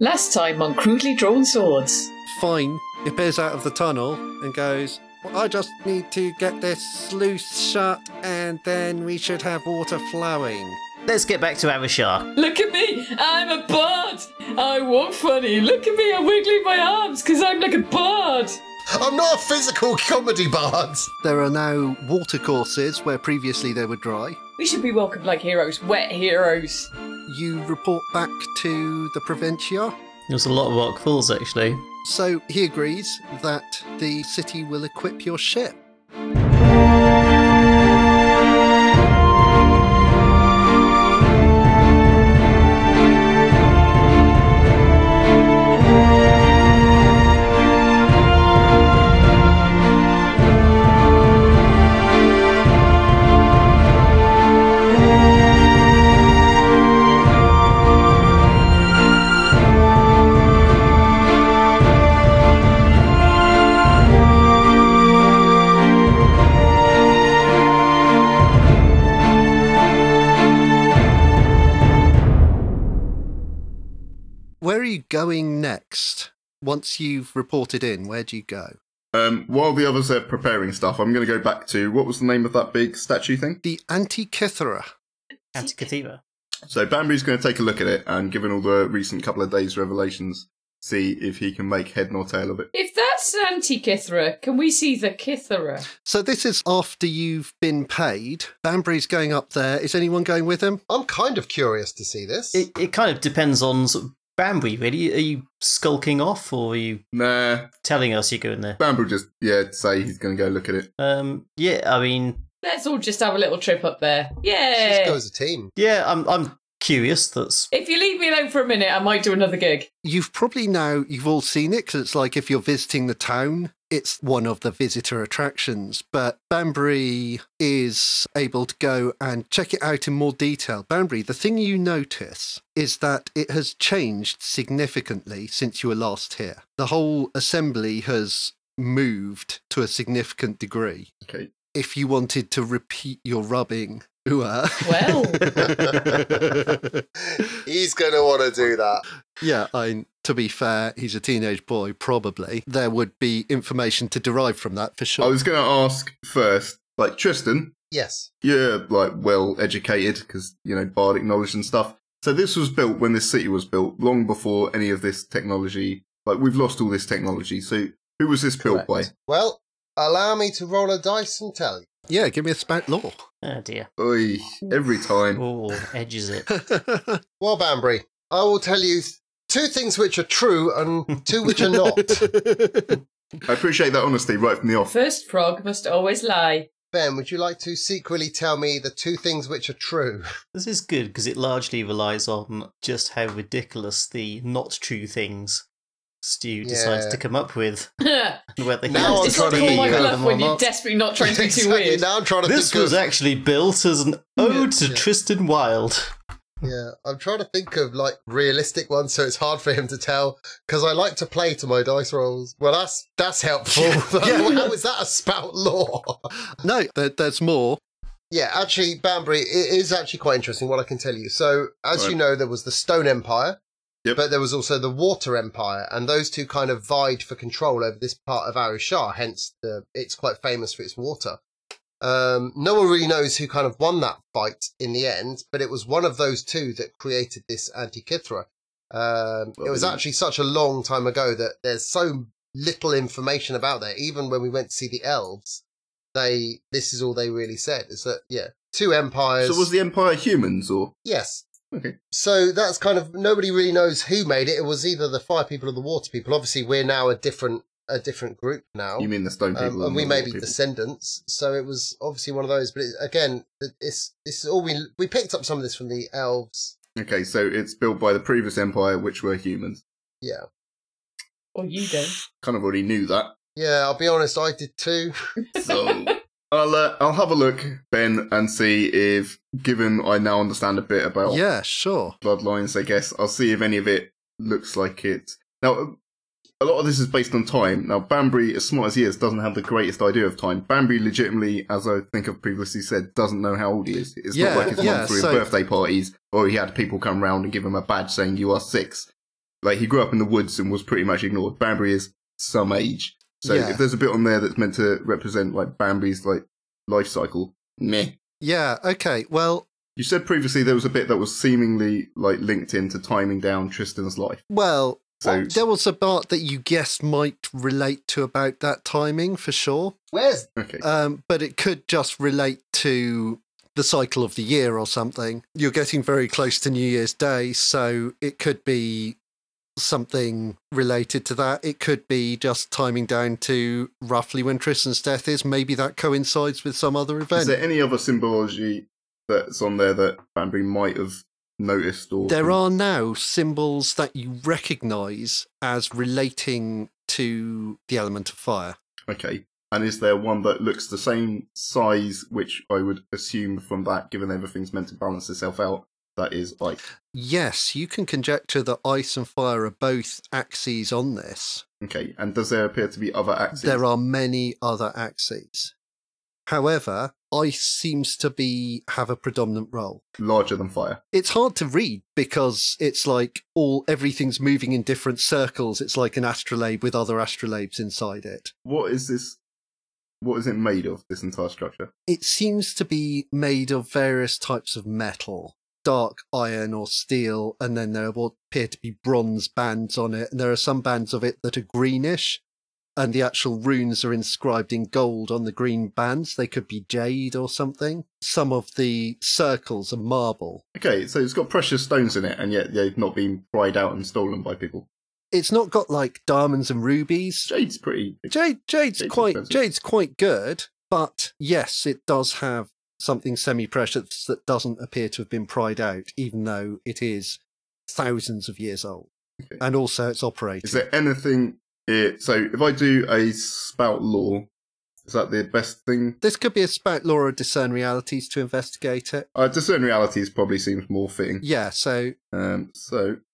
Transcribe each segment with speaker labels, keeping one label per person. Speaker 1: Last time on Crudely Drawn Swords.
Speaker 2: Fine appears out of the tunnel and goes, well, I just need to get this sluice shut and then we should have water flowing.
Speaker 3: Let's get back to Avishar.
Speaker 1: Look at me, I'm a bird. I walk funny. Look at me, I'm wiggling my arms because I'm like a bird.
Speaker 4: I'm not a physical comedy bard.
Speaker 2: There are now watercourses where previously they were dry.
Speaker 1: We should be welcomed like heroes, wet heroes.
Speaker 2: You report back to the Provincia.
Speaker 3: There's a lot of rock falls actually.
Speaker 2: So he agrees that the city will equip your ship. Where are you going next? Once you've reported in, where do you go?
Speaker 5: Um, while the others are preparing stuff, I'm going to go back to what was the name of that big statue thing?
Speaker 2: The Antikythera.
Speaker 3: Antikythera.
Speaker 5: So Bambu's going to take a look at it and, given all the recent couple of days' revelations, see if he can make head nor tail of it.
Speaker 1: If that's Antikythera, can we see the Kythera?
Speaker 2: So this is after you've been paid. Banbury's going up there. Is anyone going with him?
Speaker 4: I'm kind of curious to see this.
Speaker 3: It, it kind of depends on sort of Bambury, really. Are you skulking off or are you
Speaker 5: Nah,
Speaker 3: telling us you're going there?
Speaker 5: Bambu just yeah say he's going to go look at it.
Speaker 3: Um, yeah, I mean,
Speaker 1: Let's all just have a little trip up there. Yeah.
Speaker 4: Let's go as a team.
Speaker 3: yeah, I'm, I'm curious. That's
Speaker 1: If you leave me alone for a minute, I might do another gig.
Speaker 2: You've probably now, you've all seen it because it's like if you're visiting the town, it's one of the visitor attractions. But Banbury is able to go and check it out in more detail. Banbury, the thing you notice is that it has changed significantly since you were last here. The whole assembly has moved to a significant degree.
Speaker 5: Okay,
Speaker 2: If you wanted to repeat your rubbing, ooh-ah.
Speaker 1: Well,
Speaker 4: He's going to want to do that.
Speaker 2: Yeah, I to be fair, he's a teenage boy, probably. There would be information to derive from that for sure.
Speaker 5: I
Speaker 4: Oh.
Speaker 5: was going to ask first, like Tristan,
Speaker 4: Yes.
Speaker 5: you're like well educated because you know bardic knowledge and stuff. So this was built when this city was built, long before any of this technology. Like we've lost all this technology. So who was this built by?
Speaker 3: Correct.
Speaker 4: Well, allow me to roll a dice and tell you.
Speaker 2: yeah, give me a spout law.
Speaker 3: oh dear.
Speaker 5: Oy, every time.
Speaker 3: Oh, edges it.
Speaker 4: Well, Banbury, I will tell you two things which are true and two which are not.
Speaker 5: I appreciate that honesty right from the off.
Speaker 1: first frog must always lie.
Speaker 4: ben, would you like to secretly tell me the two things which are true?
Speaker 3: This is good because it largely relies on just how ridiculous the not true things Stu decides
Speaker 4: Yeah.
Speaker 3: to come up with,
Speaker 1: it's
Speaker 3: and whether he
Speaker 4: Now I'm
Speaker 3: has
Speaker 1: not
Speaker 4: trying to
Speaker 1: call my
Speaker 3: discovered
Speaker 4: be heard
Speaker 1: bluff
Speaker 3: them
Speaker 1: when
Speaker 3: or
Speaker 1: you're
Speaker 3: not.
Speaker 1: desperately not trying to be too
Speaker 4: Exactly,
Speaker 1: weird.
Speaker 4: Now I'm trying to
Speaker 3: This
Speaker 4: think
Speaker 3: was
Speaker 4: of,
Speaker 3: actually built as an ode to
Speaker 4: Yeah.
Speaker 3: Tristan Wilde.
Speaker 4: Yeah, I'm trying to think of like realistic ones, so it's hard for him to tell. Because I like to play to my dice rolls. Well, that's that's helpful. How is that a spout law?
Speaker 2: no, there, there's more.
Speaker 4: Yeah, actually, Banbury, it is actually quite interesting what I can tell you. So, as
Speaker 5: Right.
Speaker 4: you know, there was the Stone Empire,
Speaker 5: Yep.
Speaker 4: but there was also the Water Empire, and those two kind of vied for control over this part of Arushar, hence the, it's quite famous for its water. Um, no one really knows who kind of won that fight in the end, but it was one of those two that created this Antikythera. Um,
Speaker 5: Well,
Speaker 4: it was
Speaker 5: then-
Speaker 4: actually such a long time ago that there's so little information about that. Even when we went to see the elves, they this is all they really said is that yeah, two empires.
Speaker 5: So was the Empire humans or
Speaker 4: yes.
Speaker 5: Okay.
Speaker 4: So that's kind of nobody really knows who made it. It was either the fire people or the water people. Obviously, we're now a different a different group now.
Speaker 5: you mean the stone people?
Speaker 4: Um, and we
Speaker 5: the
Speaker 4: may
Speaker 5: water
Speaker 4: be
Speaker 5: people?
Speaker 4: descendants, so it was obviously one of those. But it, again, th- it's this is all we we picked up some of this from the elves.
Speaker 5: Okay, so it's built by the previous empire, which were humans.
Speaker 4: Yeah,
Speaker 1: Or you don't.
Speaker 5: Kind of already knew that.
Speaker 4: yeah. I'll be honest, I did too.
Speaker 5: So I'll uh, I'll have a look, Ben, and see if, given I now understand a bit
Speaker 4: Oh.
Speaker 5: about
Speaker 2: Yeah, sure.
Speaker 5: bloodlines, I guess I'll see if any of it looks like it. Now, a lot of this is based on time. Now, Banbury, as smart as he is, doesn't have the greatest idea of time. Banbury, legitimately, as I think I've previously said, doesn't know how old he is. It's
Speaker 2: Yeah,
Speaker 5: not like he's
Speaker 2: yeah,
Speaker 5: gone through
Speaker 2: so-
Speaker 5: birthday parties or he had people come round and give him a badge saying you are six. Like he grew up in the woods and was pretty much ignored. Banbury is some age, so
Speaker 2: Yeah.
Speaker 5: if there's a bit on there that's meant to represent like Banbury's like life cycle, meh.
Speaker 2: Yeah, okay. Well,
Speaker 5: You said previously there was a bit that was seemingly like linked into timing down Tristan's life.
Speaker 2: well,
Speaker 5: So-
Speaker 2: there was a part that you guessed might relate to about that timing for sure.
Speaker 4: Where's
Speaker 5: Okay,
Speaker 2: um, but it could just relate to the cycle of the year or something. You're getting very close to New Year's Day, so it could be something related to that. It could be just timing down to roughly when Tristan's death is. Maybe that coincides with some other event.
Speaker 5: is there any other symbology that's on there that Banbury might have noticed or
Speaker 2: There are now symbols that you recognize as relating to the element of fire.
Speaker 5: Okay. And is there one that looks the same size, which I would assume from that, given everything's meant to balance itself out, that is like
Speaker 2: Yes, you can conjecture that ice and fire are both axes on this.
Speaker 5: okay. And does there appear to be other axes?
Speaker 2: There are many other axes. However, ice seems to be have a predominant role.
Speaker 5: larger than fire.
Speaker 2: It's hard to read because it's like all everything's moving in different circles. It's like an astrolabe with other astrolabes inside it.
Speaker 5: What is this? What is it made of? This entire structure.
Speaker 2: It seems to be made of various types of metal, dark iron or steel, and then there will appear to be bronze bands on it. And there are some bands of it that are greenish, and the actual runes are inscribed in gold on the green bands. They could be jade or something. Some of the circles are marble.
Speaker 5: Okay, so it's got precious stones in it, and yet they've not been pried out and stolen by people.
Speaker 2: It's not got like diamonds and rubies.
Speaker 5: Jade's pretty.
Speaker 2: Jade, Jade's,
Speaker 5: Jade's
Speaker 2: quite
Speaker 5: expensive.
Speaker 2: Jade's quite good, but yes, it does have something semi-precious that doesn't appear to have been pried out, even though it is thousands of years old,
Speaker 5: Okay.
Speaker 2: and also it's
Speaker 5: Is
Speaker 2: operating.
Speaker 5: there anything? It, so if I do a spout law, is that the best thing
Speaker 2: this could be a spout law or discern realities to investigate it.
Speaker 5: Uh, discern realities probably seems more
Speaker 4: Hmm.
Speaker 5: fitting.
Speaker 2: Yeah, so
Speaker 5: Um, so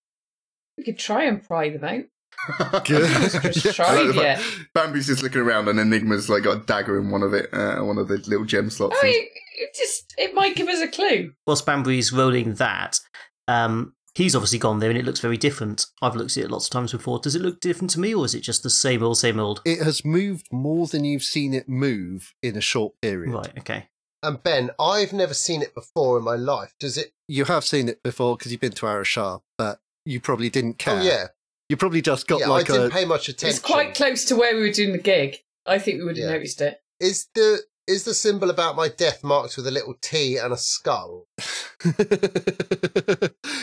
Speaker 1: We could try and pry them out.
Speaker 5: Good.
Speaker 1: Just tried yet.
Speaker 5: Bambi's just looking around, and Enigma's like got a dagger in one of it, uh, one of the little gem slots.
Speaker 1: I mean, it just it might give us a clue.
Speaker 3: Whilst Banbury's rolling that, um, he's obviously gone there and it looks very different. I've looked at it lots of times before. Does it look different to me or is it just the same old, same old?
Speaker 2: it has moved more than you've seen it move in a short period.
Speaker 3: Right, okay.
Speaker 4: and Ben? I've never seen it before in my life. Does it? oh,
Speaker 2: You have seen it before because you've been to Arashar, but you probably didn't care.
Speaker 4: Oh yeah,
Speaker 2: You probably just got
Speaker 4: yeah.
Speaker 2: like
Speaker 4: I didn't
Speaker 2: a
Speaker 4: pay much attention.
Speaker 1: It's quite close to where we were doing the gig. I think we would have
Speaker 4: Yeah.
Speaker 1: noticed it.
Speaker 4: Is the is the symbol about my death marked with a little T and a skull?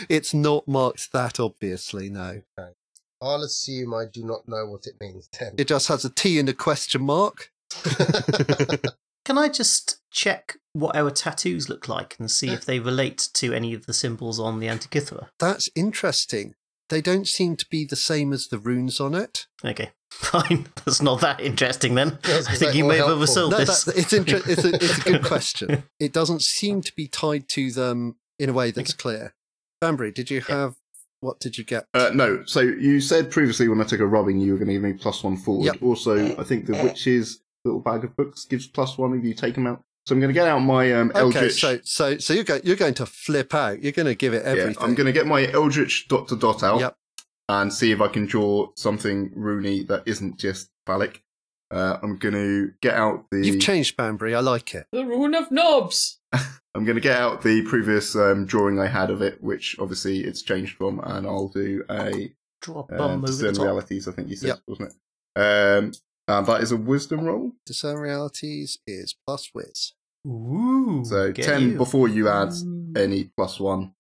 Speaker 2: it's not marked that obviously, no.
Speaker 4: I'll assume I do not know what it means then.
Speaker 2: It just has a T and a question mark.
Speaker 3: Can I just check what our tattoos look like and see if they relate to any of the symbols on the Antikythera?
Speaker 2: That's interesting. They don't seem to be the same as the runes on it.
Speaker 3: Okay, fine. That's not that interesting then.
Speaker 4: Yeah, I was
Speaker 3: I
Speaker 4: gonna
Speaker 3: think
Speaker 4: say,
Speaker 3: you
Speaker 4: more
Speaker 3: may have
Speaker 4: helpful.
Speaker 3: oversold
Speaker 2: No,
Speaker 3: this.
Speaker 2: that's, it's, inter- it's, a, it's a good question. It doesn't seem to be tied to them in a way that's clear. Banbury, did you have what did you get?
Speaker 5: Uh, no, so you said previously when I took a rubbing, you were going to give me plus one forward.
Speaker 2: Yep. Uh,
Speaker 5: Also, I think the witch's little bag of books gives plus one if you take them out. So I'm going to get out my um,
Speaker 2: okay,
Speaker 5: Eldritch.
Speaker 2: so so so you're, go- you're going to flip out. You're going to give it
Speaker 5: Yeah,
Speaker 2: everything.
Speaker 5: I'm going to get my Eldritch dot to dot out
Speaker 2: Yep.
Speaker 5: and see if I can draw something Rooney that isn't just phallic. Uh, I'm going to get out the.
Speaker 2: You've changed Banbury. I like it.
Speaker 1: The rune of knobs.
Speaker 5: I'm going to get out the previous um, drawing I had of it, which obviously it's changed from, and I'll do a
Speaker 3: Drop
Speaker 5: um,
Speaker 3: bomb over the
Speaker 5: discern
Speaker 3: top.
Speaker 5: realities. I think you said,
Speaker 2: Yep.
Speaker 5: wasn't it? Um, and that is a wisdom roll.
Speaker 2: Discern realities is plus whiz.
Speaker 3: Ooh,
Speaker 5: So
Speaker 3: get
Speaker 5: ten
Speaker 3: you.
Speaker 5: before you add
Speaker 1: Mm.
Speaker 5: any plus one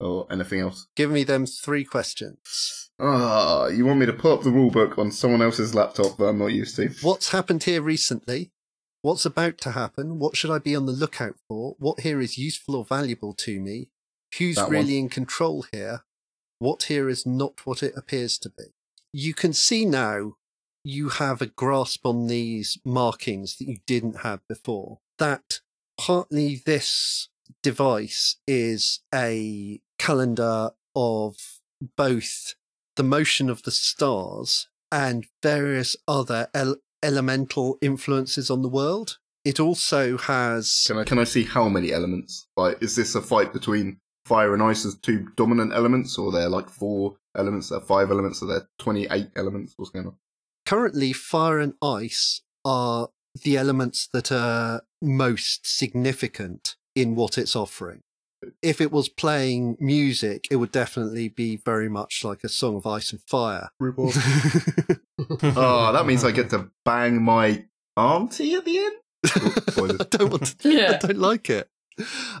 Speaker 5: or anything else.
Speaker 2: Give me them three questions.
Speaker 5: Ah, you want me to pull up the rule book on someone else's laptop that I'm not used to?
Speaker 2: What's happened here recently? What's about to happen? What should I be on the lookout for? What here is useful or valuable to me? Who's
Speaker 5: That
Speaker 2: really in control here? What here is not what it appears to be? You can see now you have a grasp on these markings that you didn't have before. That partly this device is a calendar of both the motion of the stars and various other el- elemental influences on the world. It also has
Speaker 5: Can I can I see how many elements? Like, is this a fight between fire and ice as two dominant elements, or they're like four elements, they're five elements, or they're 28 elements? What's going on?
Speaker 2: Currently, fire and ice are the elements that are most significant in what it's offering. If it was playing music, it would definitely be very much like a song of ice and fire.
Speaker 5: oh, that means I get to bang my auntie at the end? Oh, spoilers.
Speaker 2: I don't want to, I
Speaker 1: Yeah.
Speaker 2: don't like it.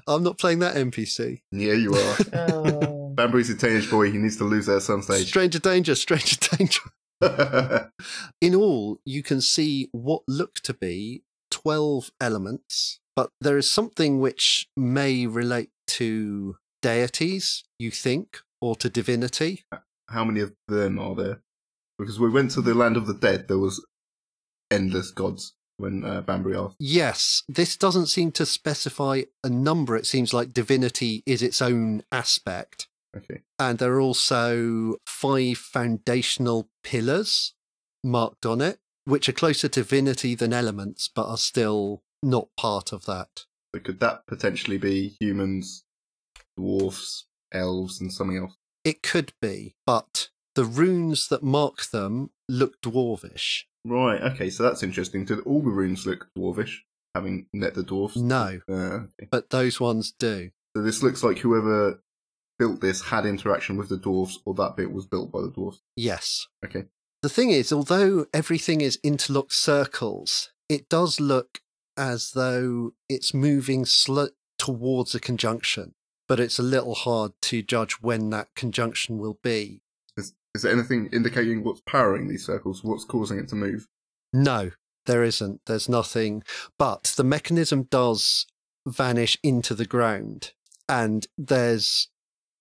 Speaker 2: I'm not playing that NPC.
Speaker 5: yeah, you are.
Speaker 1: Oh.
Speaker 5: Bambury's a teenage boy. He needs to lose that at some stage.
Speaker 2: Stranger danger, stranger danger.
Speaker 5: That's
Speaker 2: In all, you can see what look to be 12 elements, but there is something which may relate to deities, you think, or to divinity.
Speaker 5: how many of them are there? Because we went to the land of the dead, there was endless gods when uh, Banbury asked.
Speaker 2: Yes, this doesn't seem to specify a number. It seems like divinity is its own aspect.
Speaker 5: Okay,
Speaker 2: And there are also five foundational pillars marked on it, which are closer to divinity than elements, but are still not part of that.
Speaker 5: so could that potentially be humans, dwarfs, elves, and something else?
Speaker 2: It could be, but the runes that mark them look dwarvish.
Speaker 5: Right. Okay, so that's interesting. Did all the runes look dwarvish? Having met the dwarfs.
Speaker 2: No,
Speaker 5: Uh, okay.
Speaker 2: but those ones do.
Speaker 5: So this looks like whoever built this had interaction with the dwarfs, or that bit was built by the dwarfs.
Speaker 2: Yes.
Speaker 5: Okay.
Speaker 2: The thing is, although everything is interlocked circles, it does look as though it's moving sl- towards a conjunction, but it's a little hard to judge when that conjunction will be.
Speaker 5: Is, is there anything indicating what's powering these circles? What's causing it to move?
Speaker 2: No, there isn't. There's nothing. But the mechanism does vanish into the ground, and there's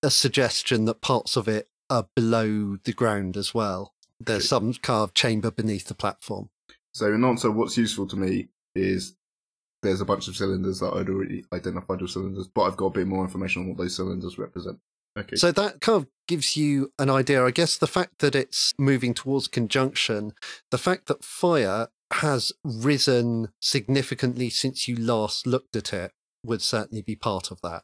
Speaker 2: a suggestion that parts of it are below the ground as well. There's some carved chamber beneath the platform.
Speaker 5: So in answer, what's useful to me is there's a bunch of cylinders that I'd already identified as cylinders, but I've got a bit more information on what those cylinders represent. Okay.
Speaker 2: So that kind of gives you an idea. I guess the fact that it's moving towards conjunction, the fact that fire has risen significantly since you last looked at it would certainly be part of that.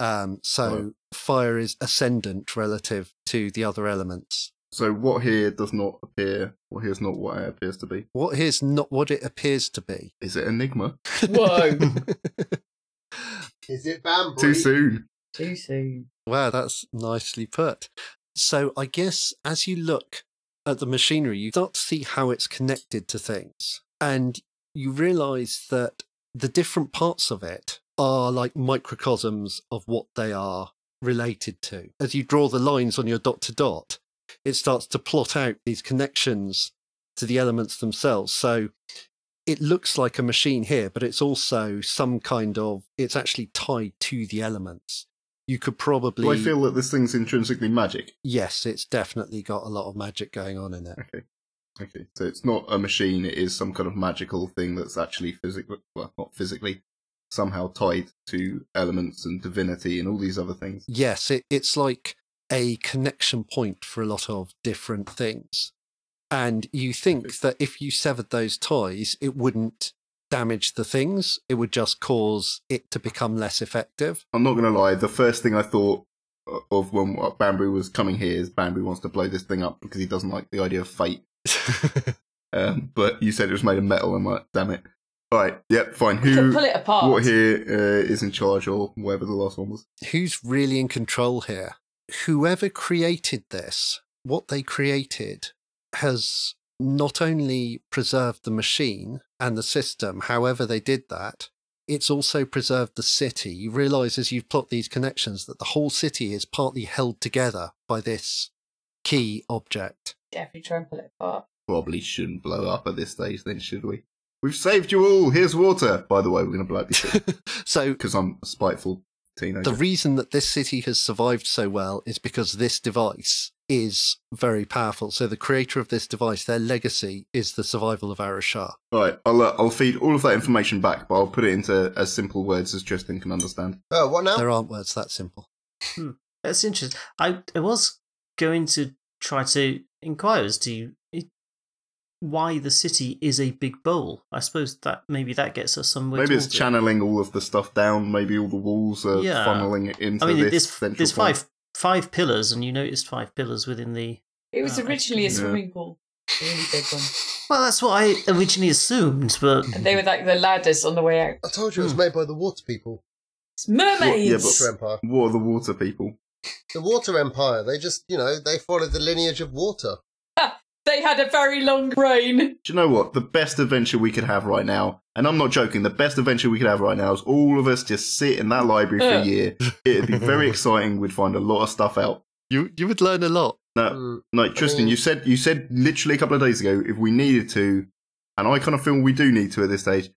Speaker 2: Um, so
Speaker 5: Right.
Speaker 2: fire is ascendant relative to the other elements.
Speaker 5: so what here does not appear, what here's not what it appears to be.
Speaker 2: What is not what it appears to be?
Speaker 5: Is it Enigma?
Speaker 1: Whoa.
Speaker 4: Is it Bambury?
Speaker 5: Too soon.
Speaker 1: Too soon.
Speaker 2: Wow, that's nicely put. So I guess as you look at the machinery, you start to see how it's connected to things. And you realize that the different parts of it are like microcosms of what they are related to. As you draw the lines on your dot to dot, it starts to plot out these connections to the elements themselves. So it looks like a machine here, but it's also some kind of, it's actually tied to the elements. You could probably.
Speaker 5: Do I feel that this thing's intrinsically magic?
Speaker 2: Yes, it's definitely got a lot of magic going on in it.
Speaker 5: Okay. Okay. So it's not a machine, it is some kind of magical thing that's actually physically well, not physically, somehow tied to elements and divinity and all these other things.
Speaker 2: Yes, it, it's like a connection point for a lot of different things. And you think that if you severed those ties, it wouldn't damage the things, it would just cause it to become less effective.
Speaker 5: I'm not gonna lie. The first thing I thought of when Bambury was coming here is Bambury wants to blow this thing up because he doesn't like the idea of fate. Um, but you said it was made of metal. I'm like, damn it. All right, yep, fine.
Speaker 1: We can
Speaker 5: Who,
Speaker 1: pull it apart.
Speaker 5: what here uh, is in charge or whatever the last one was?
Speaker 2: Who's really in control here? Whoever created this, what they created, has not only preserved the machine and the system, however they did that, it's also preserved the city. You realize as you plot these connections that the whole city is partly held together by this key object.
Speaker 1: Definitely try and pull it apart.
Speaker 5: Probably shouldn't blow up at this stage, then should we? We've saved you all. Here's water. By the way, we're gonna blow up
Speaker 2: So
Speaker 5: because I'm a spiteful teenager.
Speaker 2: the reason that this city has survived so well is because this device is very powerful. So the creator of this device, their legacy is the survival of Arashar.
Speaker 5: all right, I'll uh, I'll feed all of that information back, but I'll put it into as simple words as Tristan can understand.
Speaker 4: Oh, what now?
Speaker 2: There aren't words that simple.
Speaker 3: That's interesting. I, I was going to try to inquire as to why the city is a big bowl. I suppose that maybe that gets us somewhere.
Speaker 5: Maybe it's
Speaker 3: towards it.
Speaker 5: channeling all of the stuff down. Maybe all the walls are
Speaker 3: Yeah.
Speaker 5: funneling it into
Speaker 3: I mean,
Speaker 5: this
Speaker 3: there's,
Speaker 5: central
Speaker 3: there's
Speaker 5: point.
Speaker 3: five five pillars, and you noticed five pillars within the.
Speaker 1: It
Speaker 5: Ah,
Speaker 1: was
Speaker 3: Oh,
Speaker 1: originally a
Speaker 5: yeah.
Speaker 1: swimming pool, a really big one.
Speaker 3: Well, that's what I originally assumed, but
Speaker 1: And they were like the ladders on the way out.
Speaker 4: I told you it was made by the water people.
Speaker 1: It's
Speaker 5: yeah,
Speaker 1: mermaids.
Speaker 4: Water
Speaker 5: but-
Speaker 4: Empire.
Speaker 5: What are the water people?
Speaker 4: The Water Empire. They just, you know, they followed the lineage of water.
Speaker 1: they had a very long reign.
Speaker 5: Do you know what? The best adventure we could have right now, and I'm not joking, the best adventure we could have right now is all of us just sit in that library for a
Speaker 1: Yeah.
Speaker 5: year. It'd be very exciting. We'd find a lot of stuff out.
Speaker 2: You you would learn a lot.
Speaker 5: No,
Speaker 4: Mm,
Speaker 5: no, Tristan,
Speaker 4: mean-
Speaker 5: you said you said literally a couple of days ago if we needed to, and I kind of feel we do need to at this stage.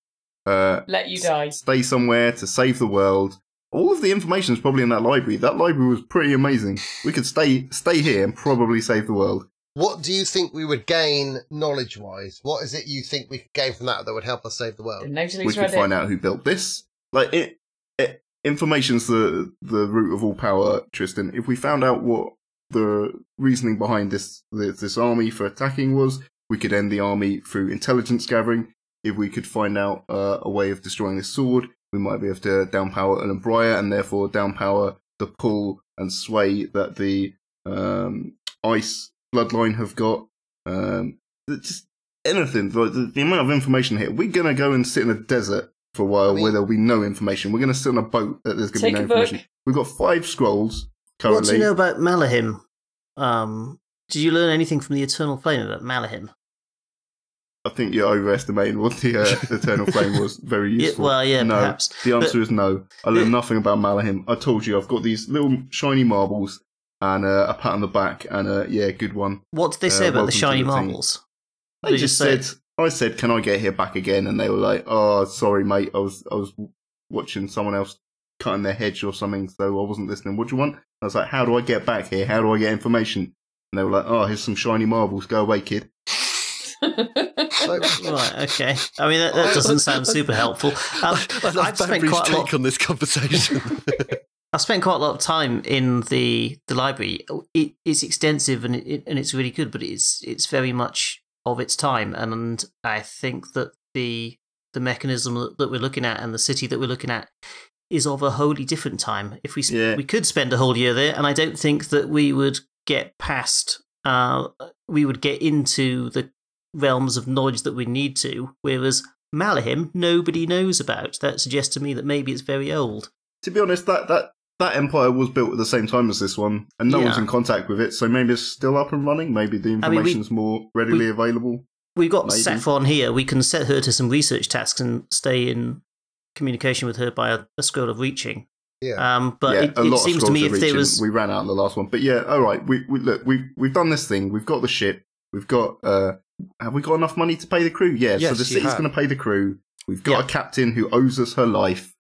Speaker 5: Uh,
Speaker 1: Let you die.
Speaker 5: stay somewhere to save the world. All of the information is probably in that library. That library was pretty amazing. We could stay stay here and probably save the world.
Speaker 4: What do you think we would gain knowledge wise? What is it you think we could gain from that that would help us save the world?
Speaker 1: And nobody's
Speaker 5: we could
Speaker 1: read it.
Speaker 5: find out who built this. Like it, it information's the the root of all power, Tristan. If we found out what the reasoning behind this this, this army for attacking was, we could end the army through intelligence gathering. If we could find out uh, a way of destroying this sword, we might be able to downpower an Umbria and therefore downpower the pull and sway that the um, ice bloodline have got. Um, th- just anything. Like the, the amount of information here. We're gonna go and sit in a desert for a while
Speaker 4: I mean-
Speaker 5: where there'll be no information. We're gonna sit on a boat that there's gonna
Speaker 1: Take
Speaker 5: be no
Speaker 1: a book.
Speaker 5: information. We've got five scrolls currently.
Speaker 3: what do you know about Malahim? Um, did you learn anything from the Eternal Flame about Malahim?
Speaker 5: I think you're overestimating what the uh, Eternal Flame was. Very
Speaker 3: Yeah,
Speaker 5: useful.
Speaker 3: well, yeah,
Speaker 5: no,
Speaker 3: perhaps.
Speaker 5: the
Speaker 3: But-
Speaker 5: answer is no. I learned nothing about Malahim. I told you, I've got these little shiny marbles and uh, a pat on the back, and uh, yeah, good one.
Speaker 3: What did they
Speaker 5: Uh,
Speaker 3: say about
Speaker 5: welcome
Speaker 3: the
Speaker 5: to
Speaker 3: shiny
Speaker 5: the team.
Speaker 3: marbles?
Speaker 5: They,
Speaker 3: They
Speaker 5: just
Speaker 3: just say-
Speaker 5: said, I said, can I get here back again? And they were like, oh, sorry, mate. I was, I was watching someone else cutting their hedge or something, so I wasn't listening. What do you want? I was like, how do I get back here? How do I get information? And they were like, oh, here's some shiny marbles. Go away, kid.
Speaker 4: Like,
Speaker 3: Right, okay. I mean, that, that doesn't sound super helpful. Um,
Speaker 2: I, I love
Speaker 3: I've spent
Speaker 2: Banbury's
Speaker 3: quite a
Speaker 2: take
Speaker 3: lot.
Speaker 2: on this conversation.
Speaker 3: I've spent quite a lot of time in the the library. It, it's extensive and it, and it's really good, but it's it's very much of its time. And I think that the the mechanism that, that we're looking at and the city that we're looking at is of a wholly different time. If we sp-
Speaker 5: Yeah.
Speaker 3: we could spend a whole year there, and I don't think that we would get past. Uh, we would get into the realms of knowledge that we need to, whereas Malahim nobody knows about. That suggests to me that maybe it's very old.
Speaker 5: to be honest, that that that empire was built at the same time as this one, and no
Speaker 3: Yeah.
Speaker 5: one's in contact with it. So maybe it's still up and running. Maybe the
Speaker 3: we-
Speaker 5: information's more readily
Speaker 3: we-
Speaker 5: available.
Speaker 3: We've got
Speaker 5: Maybe.
Speaker 3: Saffron here. We can set her to some research tasks and stay in communication with her by a, a scroll of reaching.
Speaker 4: yeah.
Speaker 3: Um, but
Speaker 5: yeah,
Speaker 3: it,
Speaker 5: a
Speaker 3: it
Speaker 5: lot
Speaker 3: seems
Speaker 5: of
Speaker 3: to
Speaker 5: scrolls
Speaker 3: me
Speaker 5: are
Speaker 3: if there
Speaker 5: reaching.
Speaker 3: was
Speaker 5: we ran out on the last one, but yeah, all right. We, we look, we've we've done this thing. We've got the ship. We've got. uh Have we got enough money to pay the crew? Yeah. so
Speaker 2: Yes,
Speaker 5: the
Speaker 2: you
Speaker 5: city's
Speaker 2: have.
Speaker 5: going to pay the crew. We've got
Speaker 3: Yeah.
Speaker 5: a captain who owes us her life.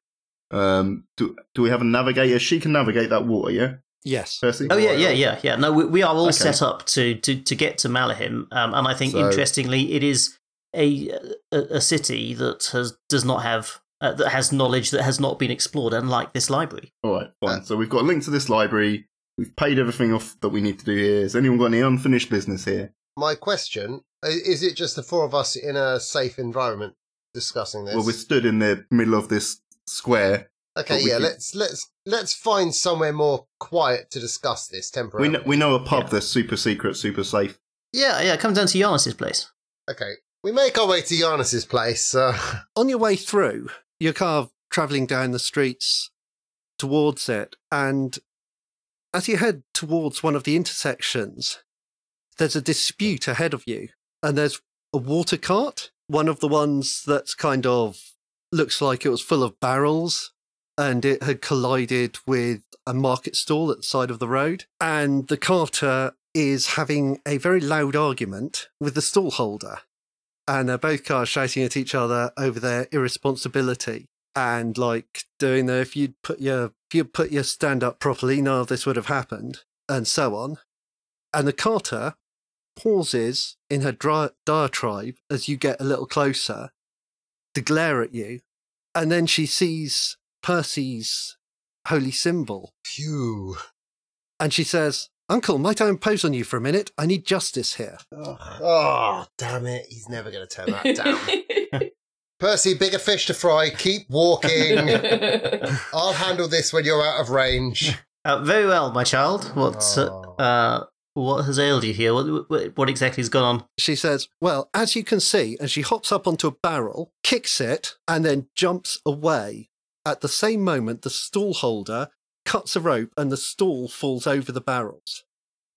Speaker 5: Um, do do we have a navigator? She can navigate that water, yeah,
Speaker 2: yes.
Speaker 5: Percy.
Speaker 3: Oh yeah, yeah, yeah, yeah. No, we, we are all
Speaker 5: Okay.
Speaker 3: set up to, to, to get to Malahim, um, and I think
Speaker 5: So-
Speaker 3: interestingly, it is a, a a city that has does not have uh, that has knowledge that has not been explored, unlike this library.
Speaker 5: All right,
Speaker 3: Uh,
Speaker 5: fine. so we've got a link to this library. We've paid everything off that we need to do here. Has anyone got any unfinished business here?
Speaker 4: My question i- is it just the four of us in a safe environment discussing this?
Speaker 5: Well, we're stood in the middle of this square.
Speaker 4: okay,
Speaker 5: but we
Speaker 4: yeah,
Speaker 5: could-
Speaker 4: let's let's let's find somewhere more quiet to discuss this
Speaker 5: We
Speaker 4: temporarily.
Speaker 5: know, we know a pub
Speaker 3: Yeah.
Speaker 5: that's super secret, super safe.
Speaker 3: Yeah, yeah. It comes down to Yarnis's place.
Speaker 4: okay. We make our way to Giannis's place. Uh,
Speaker 2: on your way through, you're kind of traveling down the streets towards it. And as you head towards one of the intersections, there's a dispute ahead of you. And there's a water cart, one of the ones that's kind of looks like it was full of barrels and it had collided with a market stall at the side of the road. And the carter is having a very loud argument with the stall holder and they're both cars shouting at each other over their irresponsibility and like doing the if you'd put your if you'd put your stand up properly, none of this would have happened, and so on. And the Carter pauses in her dri- diatribe as you get a little closer to glare at you, and then she sees Percy's holy symbol
Speaker 4: phew.
Speaker 2: and she says, Uncle, might I impose on you for a minute? I need justice here.
Speaker 4: Ugh. Oh, damn it. He's never going to turn that down. Percy, bigger fish to fry. Keep walking. I'll handle this when you're out of range.
Speaker 3: Uh, very well, my child. What uh,
Speaker 4: Oh.
Speaker 3: uh, what has ailed you here? What what, what exactly has gone on?
Speaker 2: She says, Well, as you can see, and she hops up onto a barrel, kicks it, and then jumps away. At the same moment, the stool holder cuts a rope and the stool falls over the barrels.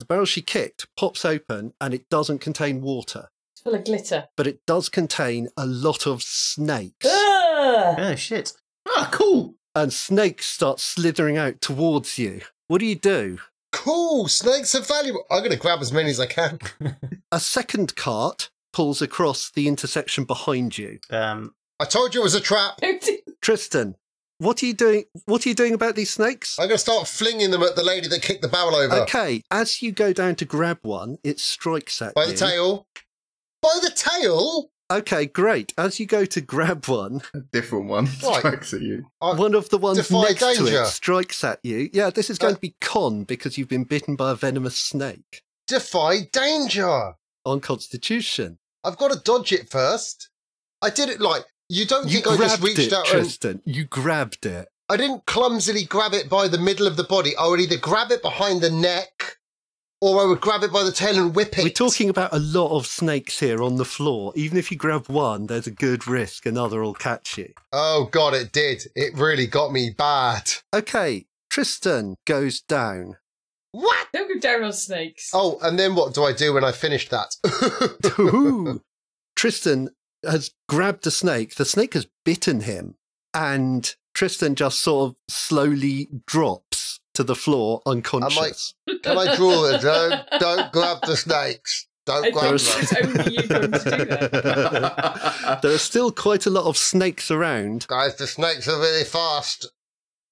Speaker 2: The barrel she kicked pops open and it doesn't contain water,
Speaker 1: It's full of glitter.
Speaker 2: but it does contain a lot of snakes.
Speaker 1: Ugh!
Speaker 3: Oh shit!
Speaker 5: Ah, cool.
Speaker 2: and snakes start slithering out towards you. What do you do?
Speaker 4: Cool. Snakes are valuable. I'm going to grab as many as I can.
Speaker 2: A second cart pulls across the intersection behind you.
Speaker 3: Um,
Speaker 4: I told you it was a trap.
Speaker 2: Tristan, what are you doing? What are you doing about these snakes?
Speaker 4: I'm going to start flinging them at the lady that kicked the barrel over.
Speaker 2: Okay, as you go down to grab one, it strikes at
Speaker 4: By
Speaker 2: you.
Speaker 4: the tail. By the tail?
Speaker 2: Okay, great. As you go to grab one,
Speaker 5: A different one
Speaker 4: Right.
Speaker 5: strikes at you.
Speaker 4: Uh,
Speaker 2: one of the ones
Speaker 4: defy
Speaker 2: next to
Speaker 4: danger.
Speaker 2: it strikes at you. Yeah, this is going
Speaker 4: Uh,
Speaker 2: to be con because you've been bitten by a venomous snake
Speaker 4: Defy danger.
Speaker 2: on Constitution.
Speaker 4: I've got to dodge it first. I did it like you don't
Speaker 2: You
Speaker 4: think I just um,
Speaker 2: grabbed
Speaker 4: reached
Speaker 2: it,
Speaker 4: out and
Speaker 2: Tristan. You grabbed it.
Speaker 4: I didn't clumsily grab it by the middle of the body. I would either grab it behind the neck or I would grab it by the tail and whip it.
Speaker 2: We're talking about a lot of snakes here on the floor. Even if you grab one, there's a good risk another will catch you.
Speaker 4: Oh god, it did. It really got me bad.
Speaker 2: Okay, Tristan goes down.
Speaker 4: What?
Speaker 1: Don't go down on snakes.
Speaker 4: Oh, and then what do I do when I finish that?
Speaker 2: Hoo-hoo. Tristan has grabbed a snake. The snake has bitten him. And Tristan just sort of slowly drops to the floor unconscious.
Speaker 4: Can I draw it? Don't, don't grab the snakes.
Speaker 1: I
Speaker 4: Don't
Speaker 1: think
Speaker 4: grab
Speaker 2: There's-
Speaker 4: them.
Speaker 1: it's only you going to do that.
Speaker 2: there are still quite a lot of snakes around,
Speaker 4: Guys, the snakes are really fast.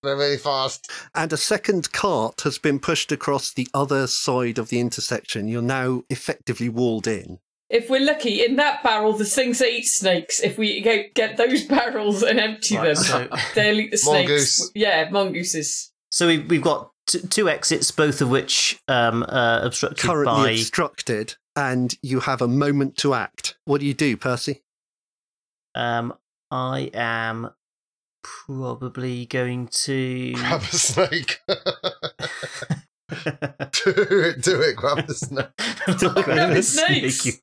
Speaker 4: They're really fast.
Speaker 2: and a second cart has been pushed across the other side of the intersection. You're now effectively walled in.
Speaker 1: If we're lucky, in that barrel, the things that eat snakes. If we get, get those barrels and empty
Speaker 3: right,
Speaker 1: them,
Speaker 3: so
Speaker 1: they'll eat the snakes.
Speaker 4: Mongoose.
Speaker 1: Yeah, mongooses.
Speaker 3: so we've we've got t- two exits, both of which um uh, obstructed
Speaker 2: currently
Speaker 3: by.
Speaker 2: obstructed and you have a moment to act. What do you do, Percy?
Speaker 3: Um, I am probably going to.
Speaker 4: Grab a snake. do it, do it, grab the snake.
Speaker 1: Grab his snakes.
Speaker 3: Sneaky.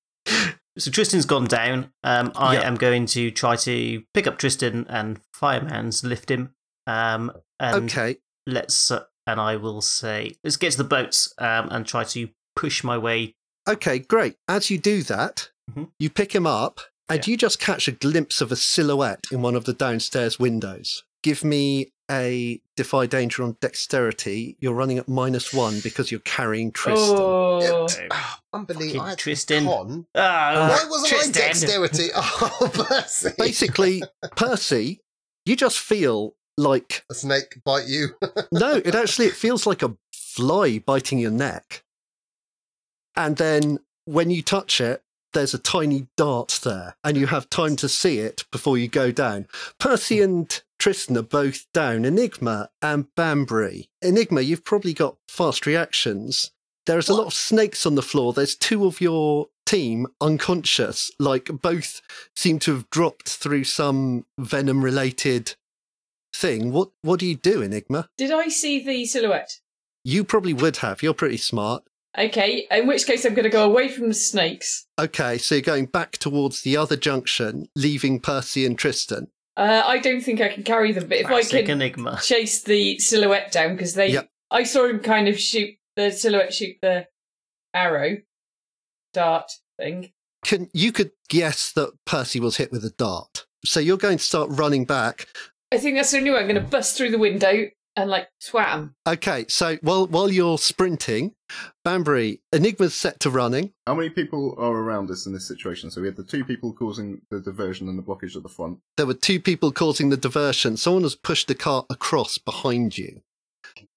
Speaker 3: So Tristan's gone down. Um, I
Speaker 2: Yeah.
Speaker 3: am going to try to pick up Tristan and fireman's lift him. Um, and
Speaker 2: okay.
Speaker 3: let's uh, and I will say let's get to the boats. Um, and try to push my way.
Speaker 2: Okay, great. As you do that,
Speaker 3: Mhm.
Speaker 2: you pick him up and you just catch a glimpse of a silhouette in one of the downstairs windows. Give me a defy danger on dexterity. You're running at minus one because you're carrying Tristan.
Speaker 1: Oh,
Speaker 4: Yep. Ah, Unbelievable. I
Speaker 3: Fucking
Speaker 4: had
Speaker 3: Tristan.
Speaker 4: Con.
Speaker 1: Uh,
Speaker 3: Ah,
Speaker 4: Why wasn't
Speaker 3: Tristan.
Speaker 4: I dexterity? Oh, Percy.
Speaker 2: Basically, Percy, you just feel like
Speaker 4: A snake bite you.
Speaker 2: no, it actually it feels like a fly biting your neck. And then when you touch it, there's a tiny dart there, and you have time to see it before you go down. Percy and Tristan are both down. Enigma and Bambury. Enigma, you've probably got fast reactions. There's a lot of snakes on the floor. There's two of your team unconscious. Like both seem to have dropped through some venom related thing. What what do you do, Enigma?
Speaker 1: did I see the silhouette?
Speaker 2: You probably would have. You're pretty smart.
Speaker 1: Okay, in which case I'm going to go away from the snakes.
Speaker 2: Okay, so you're going back towards the other junction, leaving Percy and Tristan.
Speaker 1: Uh, I don't think I can carry them, but if I
Speaker 3: Classic
Speaker 1: can
Speaker 3: enigma.
Speaker 1: chase the silhouette down, because they,
Speaker 2: Yep.
Speaker 1: I saw him kind of shoot the silhouette, shoot the arrow, dart thing.
Speaker 2: Can you could guess that Percy was hit with a dart. So you're going to start running back.
Speaker 1: I think that's the only way I'm going
Speaker 2: Hmm.
Speaker 1: to bust through the window and like swat 'em.
Speaker 2: Okay, so while while you're sprinting, Banbury, Enigma's set to running.
Speaker 5: How many people are around us in this situation? So we had the two people causing the diversion and the blockage at the front.
Speaker 2: There were two people causing the diversion. Someone has pushed the cart across behind you.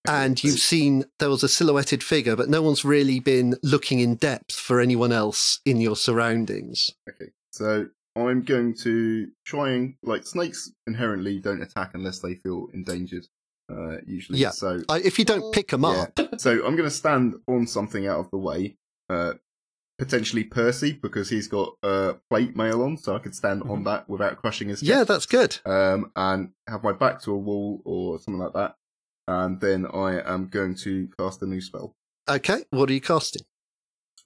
Speaker 2: And you've seen there was a silhouetted figure, but no one's really been looking in depth for anyone else in your surroundings.
Speaker 5: Okay, so I'm going to try and like snakes inherently don't attack unless they feel endangered. uh, usually.
Speaker 2: Yeah.
Speaker 5: So
Speaker 2: I, if you
Speaker 3: Oh,
Speaker 2: don't pick them
Speaker 5: Yeah.
Speaker 2: up,
Speaker 5: So I'm going to stand on something out of the way. Uh, potentially Percy because he's got uh, plate mail on, so I could stand on that without crushing his.
Speaker 2: Mm-hmm. yeah,
Speaker 5: chest.
Speaker 2: that's good.
Speaker 5: Um, and have my back to a wall or something like that, and then I am going to cast a new spell.
Speaker 2: Okay, what are you casting?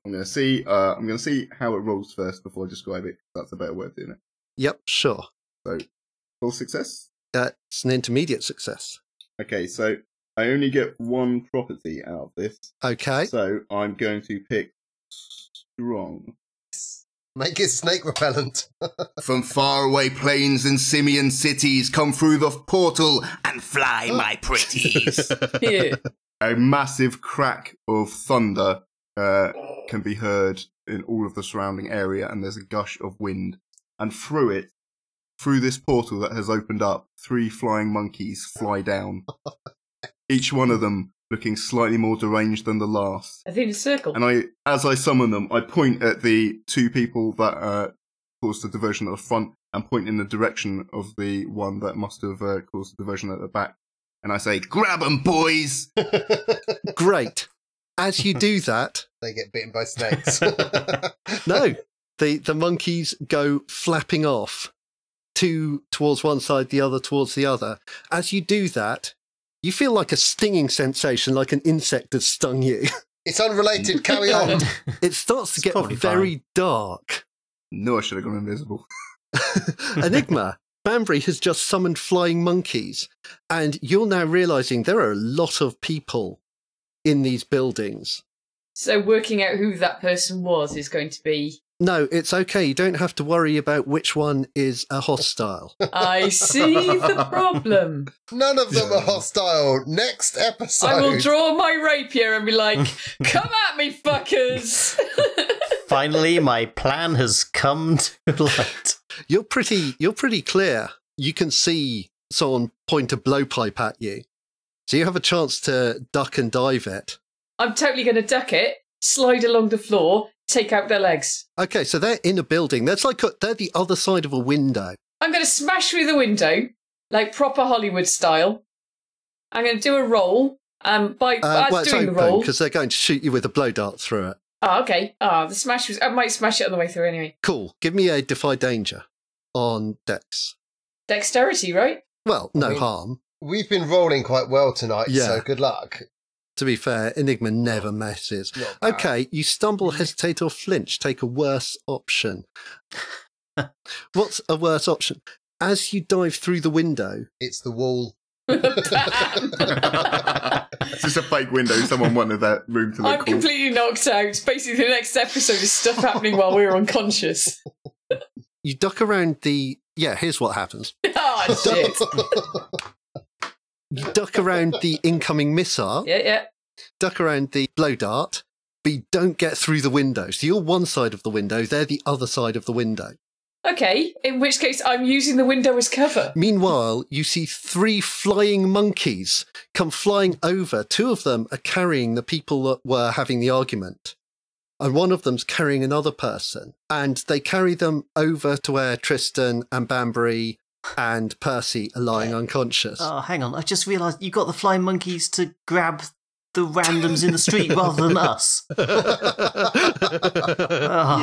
Speaker 5: I'm going to see. Uh, I'm going to see how it rolls first before I describe it. That's a better way of doing it.
Speaker 2: Yep, sure.
Speaker 5: Full success.
Speaker 2: Uh, it's an intermediate success.
Speaker 5: Okay, so I only get one property out of this,
Speaker 2: Okay.
Speaker 5: so I'm going to pick strong.
Speaker 4: Make it snake repellent.
Speaker 5: From faraway plains and simian cities, come through the portal and fly, my pretties.
Speaker 1: Yeah.
Speaker 5: a massive crack of thunder uh, can be heard in all of the surrounding area, and there's a gush of wind. And through it, through this portal that has opened up, three flying monkeys fly down. Each one of them looking slightly more deranged than the last.
Speaker 1: I think it's circle.
Speaker 5: And I, as I summon them, I point at the two people that uh, caused the diversion at the front, and point in the direction of the one that must have uh, caused the diversion at the back. And I say, "Grab 'em, boys!"
Speaker 2: Great. As you do that,
Speaker 4: they get bitten by snakes.
Speaker 2: no, the, the monkeys go flapping off, two towards one side, the other towards the other. As you do that, you feel like a stinging sensation, like an insect has stung you.
Speaker 4: it's unrelated. Carry on.
Speaker 2: It starts to
Speaker 3: It's
Speaker 2: get
Speaker 3: probably
Speaker 2: very dark.
Speaker 5: No, I should have gone invisible.
Speaker 2: Enigma, Banbury has just summoned flying monkeys, and you're now realizing there are a lot of people in these buildings.
Speaker 1: So working out who that person was is going to be.
Speaker 2: No, it's okay. You don't have to worry about which one is a hostile.
Speaker 1: I see the problem.
Speaker 4: None of them are hostile. Next episode.
Speaker 1: I will draw my rapier and be like, "Come at me, fuckers!"
Speaker 3: Finally, my plan has come to light.
Speaker 2: You're pretty. You're pretty clear. You can see someone point a blowpipe at you, so you have a chance to duck and dive it.
Speaker 1: I'm totally going to duck it, slide along the floor, take out their legs.
Speaker 2: Okay, so they're in a building. That's like a, they're the other side of a window.
Speaker 1: I'm going to smash through the window, like proper Hollywood style. I'm going to do a roll. Um, by
Speaker 2: Uh,
Speaker 1: as
Speaker 2: well, it's
Speaker 1: doing the
Speaker 2: open
Speaker 1: roll.
Speaker 2: because they're going to shoot you with a blow dart through it.
Speaker 1: Oh, okay. Ah, the smash was. I might smash it on the way through anyway.
Speaker 2: Cool. Give me a defy danger on Dex.
Speaker 1: Dexterity, right?
Speaker 2: Well, no
Speaker 4: I mean-
Speaker 2: harm.
Speaker 4: We've been rolling quite well tonight,
Speaker 2: Yeah.
Speaker 4: so good luck.
Speaker 2: To be fair, Enigma never messes.
Speaker 4: Not bad.
Speaker 2: Okay, you stumble, hesitate, or flinch. Take a worse option. What's a worse option? As you dive through the window,
Speaker 4: It's the wall.
Speaker 1: Bam!
Speaker 5: it's just a fake window. Someone wanted that room to
Speaker 1: I'm
Speaker 5: look cool.
Speaker 1: completely knocked out. Basically, the next episode is stuff happening while we're unconscious.
Speaker 2: you duck around the. Yeah, here's what happens.
Speaker 1: Ah, shit.
Speaker 2: You duck around the incoming missile,
Speaker 1: Yeah, yeah.
Speaker 2: duck around the blow dart, but you don't get through the window. So you're one side of the window, they're the other side of the window.
Speaker 1: Okay, in which case I'm using the window as cover.
Speaker 2: Meanwhile, you see three flying monkeys come flying over. Two of them are carrying the people that were having the argument, and one of them's carrying another person. And they carry them over to where Tristan and Banbury and Percy are lying unconscious.
Speaker 3: Oh, hang on. I just realised you got the flying monkeys to grab the randoms in the street rather than us. Oh,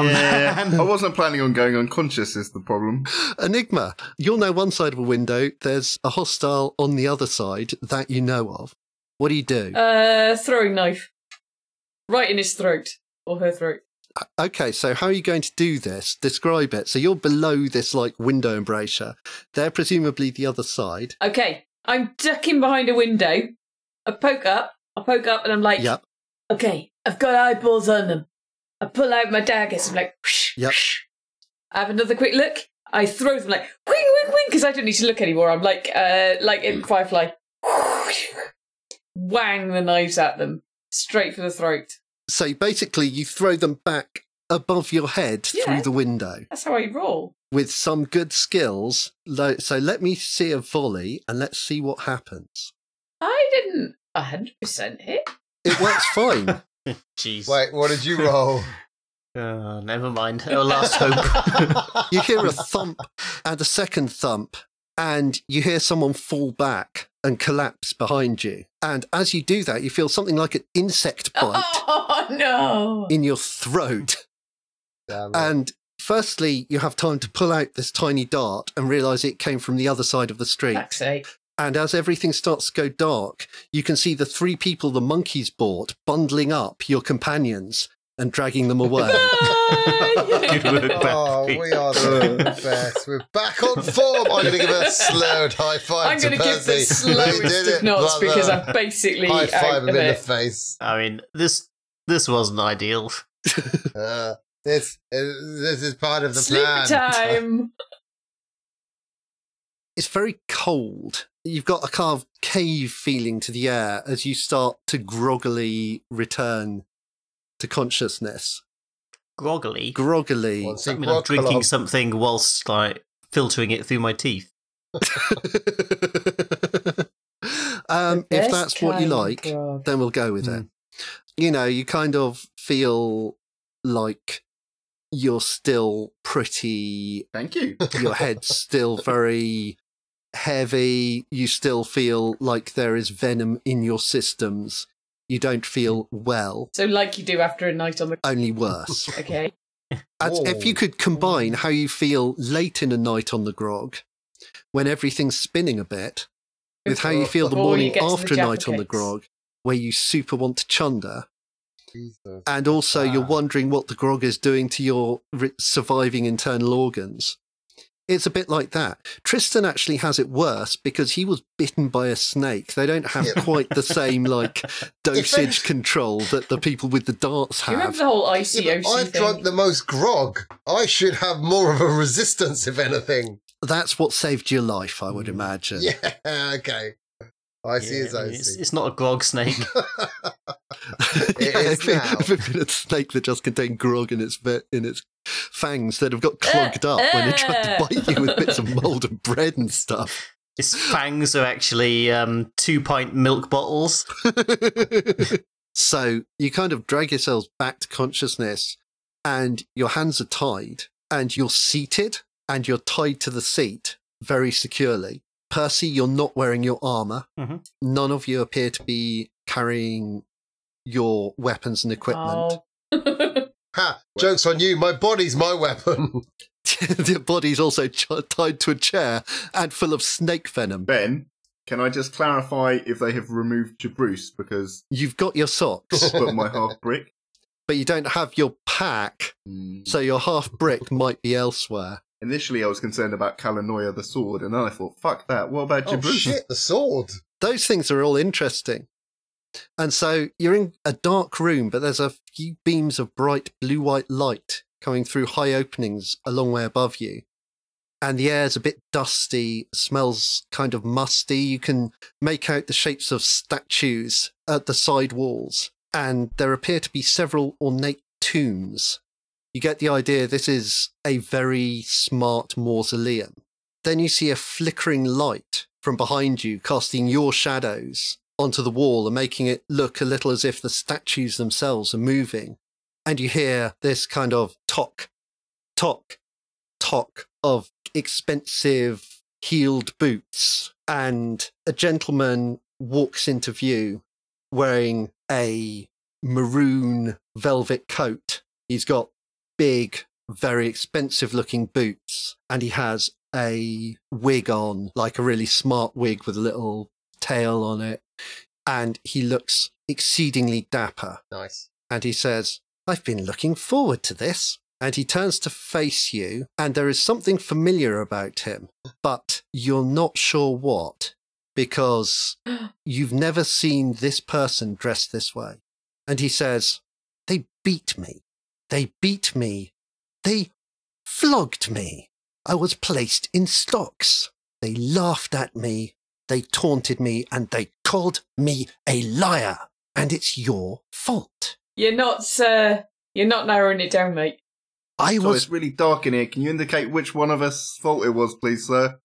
Speaker 3: man.
Speaker 5: I wasn't planning on going unconscious. Is the problem?
Speaker 2: Enigma, you'll know one side of a window, there's a hostile on the other side that you know of. What do you do?
Speaker 1: Uh, throwing knife. Right in his throat. Or her throat.
Speaker 2: Okay, so how are you going to do this? Describe it. So you're below this like window embrasure. They're presumably the other side.
Speaker 1: Okay, I'm ducking behind a window. I poke up. I poke up and I'm like,
Speaker 2: Yep.
Speaker 1: okay, I've got eyeballs on them. I pull out my daggers. I'm like, whoosh,
Speaker 2: Yep.
Speaker 1: whoosh. I have another quick look. I throw them like, wing, wing, wing, because I don't need to look anymore. I'm like, uh, like in Firefly. Wang the knives at them. Straight for the throat.
Speaker 2: So basically, you throw them back above your head
Speaker 1: Yeah.
Speaker 2: through the window
Speaker 1: That's how I roll.
Speaker 2: with some good skills. Lo- So let me see a volley and let's see what happens.
Speaker 1: I didn't 100% hit.
Speaker 2: It works fine.
Speaker 3: Jeez.
Speaker 4: Wait, what did you roll?
Speaker 3: Oh, never mind. Our last hope.
Speaker 2: You hear a thump and a second thump, and you hear someone fall back and collapse behind you. And as you do that, you feel something like an insect bite
Speaker 1: Oh no!
Speaker 2: in your throat.
Speaker 4: Damn it.
Speaker 2: And firstly, you have time to pull out this tiny dart and realize it came from the other side of the
Speaker 1: Fuck's
Speaker 2: street.
Speaker 1: sake.
Speaker 2: And as everything starts to go dark, you can see the three people the monkeys bought bundling up your companions and dragging them away.
Speaker 5: Good work,
Speaker 1: Bye.
Speaker 4: Oh,
Speaker 5: Bambi.
Speaker 4: we are the best. We're back on form. I'm going to give a slurred high five.
Speaker 1: I'm going to give the
Speaker 4: Percy. They did
Speaker 1: slowest
Speaker 4: it,
Speaker 1: of knots
Speaker 4: brother.
Speaker 1: because I'm basically
Speaker 4: high five
Speaker 1: out
Speaker 4: him
Speaker 1: of
Speaker 4: in the
Speaker 1: it.
Speaker 4: face.
Speaker 3: I mean, this this wasn't ideal.
Speaker 4: Uh, this uh, this is part of the
Speaker 1: Sleep
Speaker 4: plan.
Speaker 1: time.
Speaker 2: it's very cold. You've got a kind of cave feeling to the air as you start to groggily return to consciousness.
Speaker 3: Groggily.
Speaker 2: Groggily.
Speaker 4: Once
Speaker 3: I
Speaker 4: you
Speaker 3: mean, I'm
Speaker 4: grog along-
Speaker 3: drinking something whilst like filtering it through my teeth.
Speaker 2: um,
Speaker 1: The
Speaker 2: if
Speaker 1: best
Speaker 2: that's what you
Speaker 1: kind of
Speaker 2: like,
Speaker 1: grog.
Speaker 2: then we'll go with it.
Speaker 3: Mm.
Speaker 2: You know, you kind of feel like you're still pretty
Speaker 5: Thank you.
Speaker 2: your head's still very heavy. You still feel like there is venom in your systems. You don't feel
Speaker 1: Mm.
Speaker 2: well,
Speaker 1: So, like you do after a night on the.
Speaker 2: only worse.
Speaker 1: Okay.
Speaker 2: And if
Speaker 1: Oh.
Speaker 2: you could combine
Speaker 1: Mm.
Speaker 2: how you feel late in a night on the grog, when everything's spinning a bit, with how you feel the
Speaker 1: Before you
Speaker 2: morning
Speaker 1: get to the
Speaker 2: after a night on
Speaker 1: Jaffa
Speaker 2: the
Speaker 1: Cakes.
Speaker 2: grog, where you super want to chunder,
Speaker 4: Jesus.
Speaker 2: and also you're
Speaker 4: Wow.
Speaker 2: wondering what the grog is doing to your re- surviving internal organs. It's a bit like that. Tristan actually has it worse because he was bitten by a snake. They don't have
Speaker 4: Yeah.
Speaker 2: quite the same like dosage control that the people with the darts
Speaker 1: Do you remember
Speaker 2: have.
Speaker 1: the whole
Speaker 4: Yeah,
Speaker 1: ICOC
Speaker 4: but I've
Speaker 1: thing?
Speaker 4: drunk the most grog. I should have more of a resistance, if anything.
Speaker 2: That's what saved your life, I would imagine.
Speaker 4: Mm. Yeah, okay. I see
Speaker 3: Yeah,
Speaker 4: as
Speaker 3: I
Speaker 4: I
Speaker 3: mean, it's,
Speaker 4: see.
Speaker 3: it's not a grog snake.
Speaker 4: It
Speaker 2: Yeah,
Speaker 4: is
Speaker 2: if, it-
Speaker 4: now.
Speaker 2: if it had been a snake that just contained grog in its ve- in its fangs, that have got
Speaker 4: Eh,
Speaker 2: clogged up when it tried to
Speaker 1: uh.
Speaker 2: bite you with bits of mold and bread and stuff.
Speaker 3: Its fangs are actually um, two pint milk bottles.
Speaker 2: so you kind of drag yourselves back to consciousness and your hands are tied and you're seated and you're tied to the seat very securely. Percy, you're not wearing your armor.
Speaker 3: Mhm.
Speaker 2: None of you appear to be carrying your weapons and equipment.
Speaker 1: Oh. That's
Speaker 4: Ha! Joke's on you. My body's my weapon.
Speaker 2: Your body's also ch- tied to a chair and full of snake venom.
Speaker 5: Ben, can I just clarify if they have removed Jabruce because
Speaker 2: You've got your socks,
Speaker 5: but my half brick?
Speaker 2: but you don't have your pack,
Speaker 5: Hmm.
Speaker 2: so your half brick might be elsewhere.
Speaker 5: Initially, I was concerned about Kalanoia the sword, and then I thought, fuck that. What about
Speaker 4: oh,
Speaker 5: Jabruce?
Speaker 4: shit, the sword.
Speaker 2: those things are all interesting. And so you're in a dark room, but there's a few beams of bright blue white light coming through high openings a long way above you. And the air's a bit dusty, smells kind of musty. You can make out the shapes of statues at the side walls, and there appear to be several ornate tombs. You get the idea this is a very smart mausoleum. Then you see a flickering light from behind you, casting your shadows onto the wall and making it look a little as if the statues themselves are moving. And you hear this kind of tock, tock, tock of expensive heeled boots. And a gentleman walks into view wearing a maroon velvet coat. He's got big, very expensive looking boots, and he has a wig on, like a really smart wig with a little tail on it. And he looks exceedingly dapper.
Speaker 4: Nice.
Speaker 2: And he says, I've been looking forward to this. And he turns to face you, and there is something familiar about him, but you're not sure what, because you've never seen this person dressed this way. And he says, They beat me. They beat me. They flogged me. I was placed in stocks. They laughed at me. They taunted me and they called me a liar. And it's your fault.
Speaker 1: You're not. Uh, you're not narrowing it down, mate.
Speaker 2: I
Speaker 5: Sorry, it's
Speaker 2: was.
Speaker 5: really dark in here. Can you indicate which one of us fault it was, please, sir?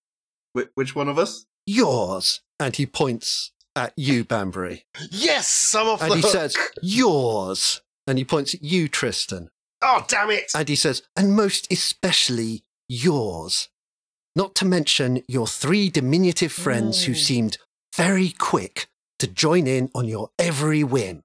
Speaker 5: Wh- which one of us?
Speaker 2: yours. And he points at you, Banbury.
Speaker 4: Yes, I'm off
Speaker 2: And
Speaker 4: the
Speaker 2: he
Speaker 4: hook.
Speaker 2: says, yours. And he points at you, Tristan.
Speaker 4: oh, damn it.
Speaker 2: And he says, and most especially yours. Not to mention your three diminutive friends who
Speaker 1: Mm.
Speaker 2: seemed very quick to join in on your every whim.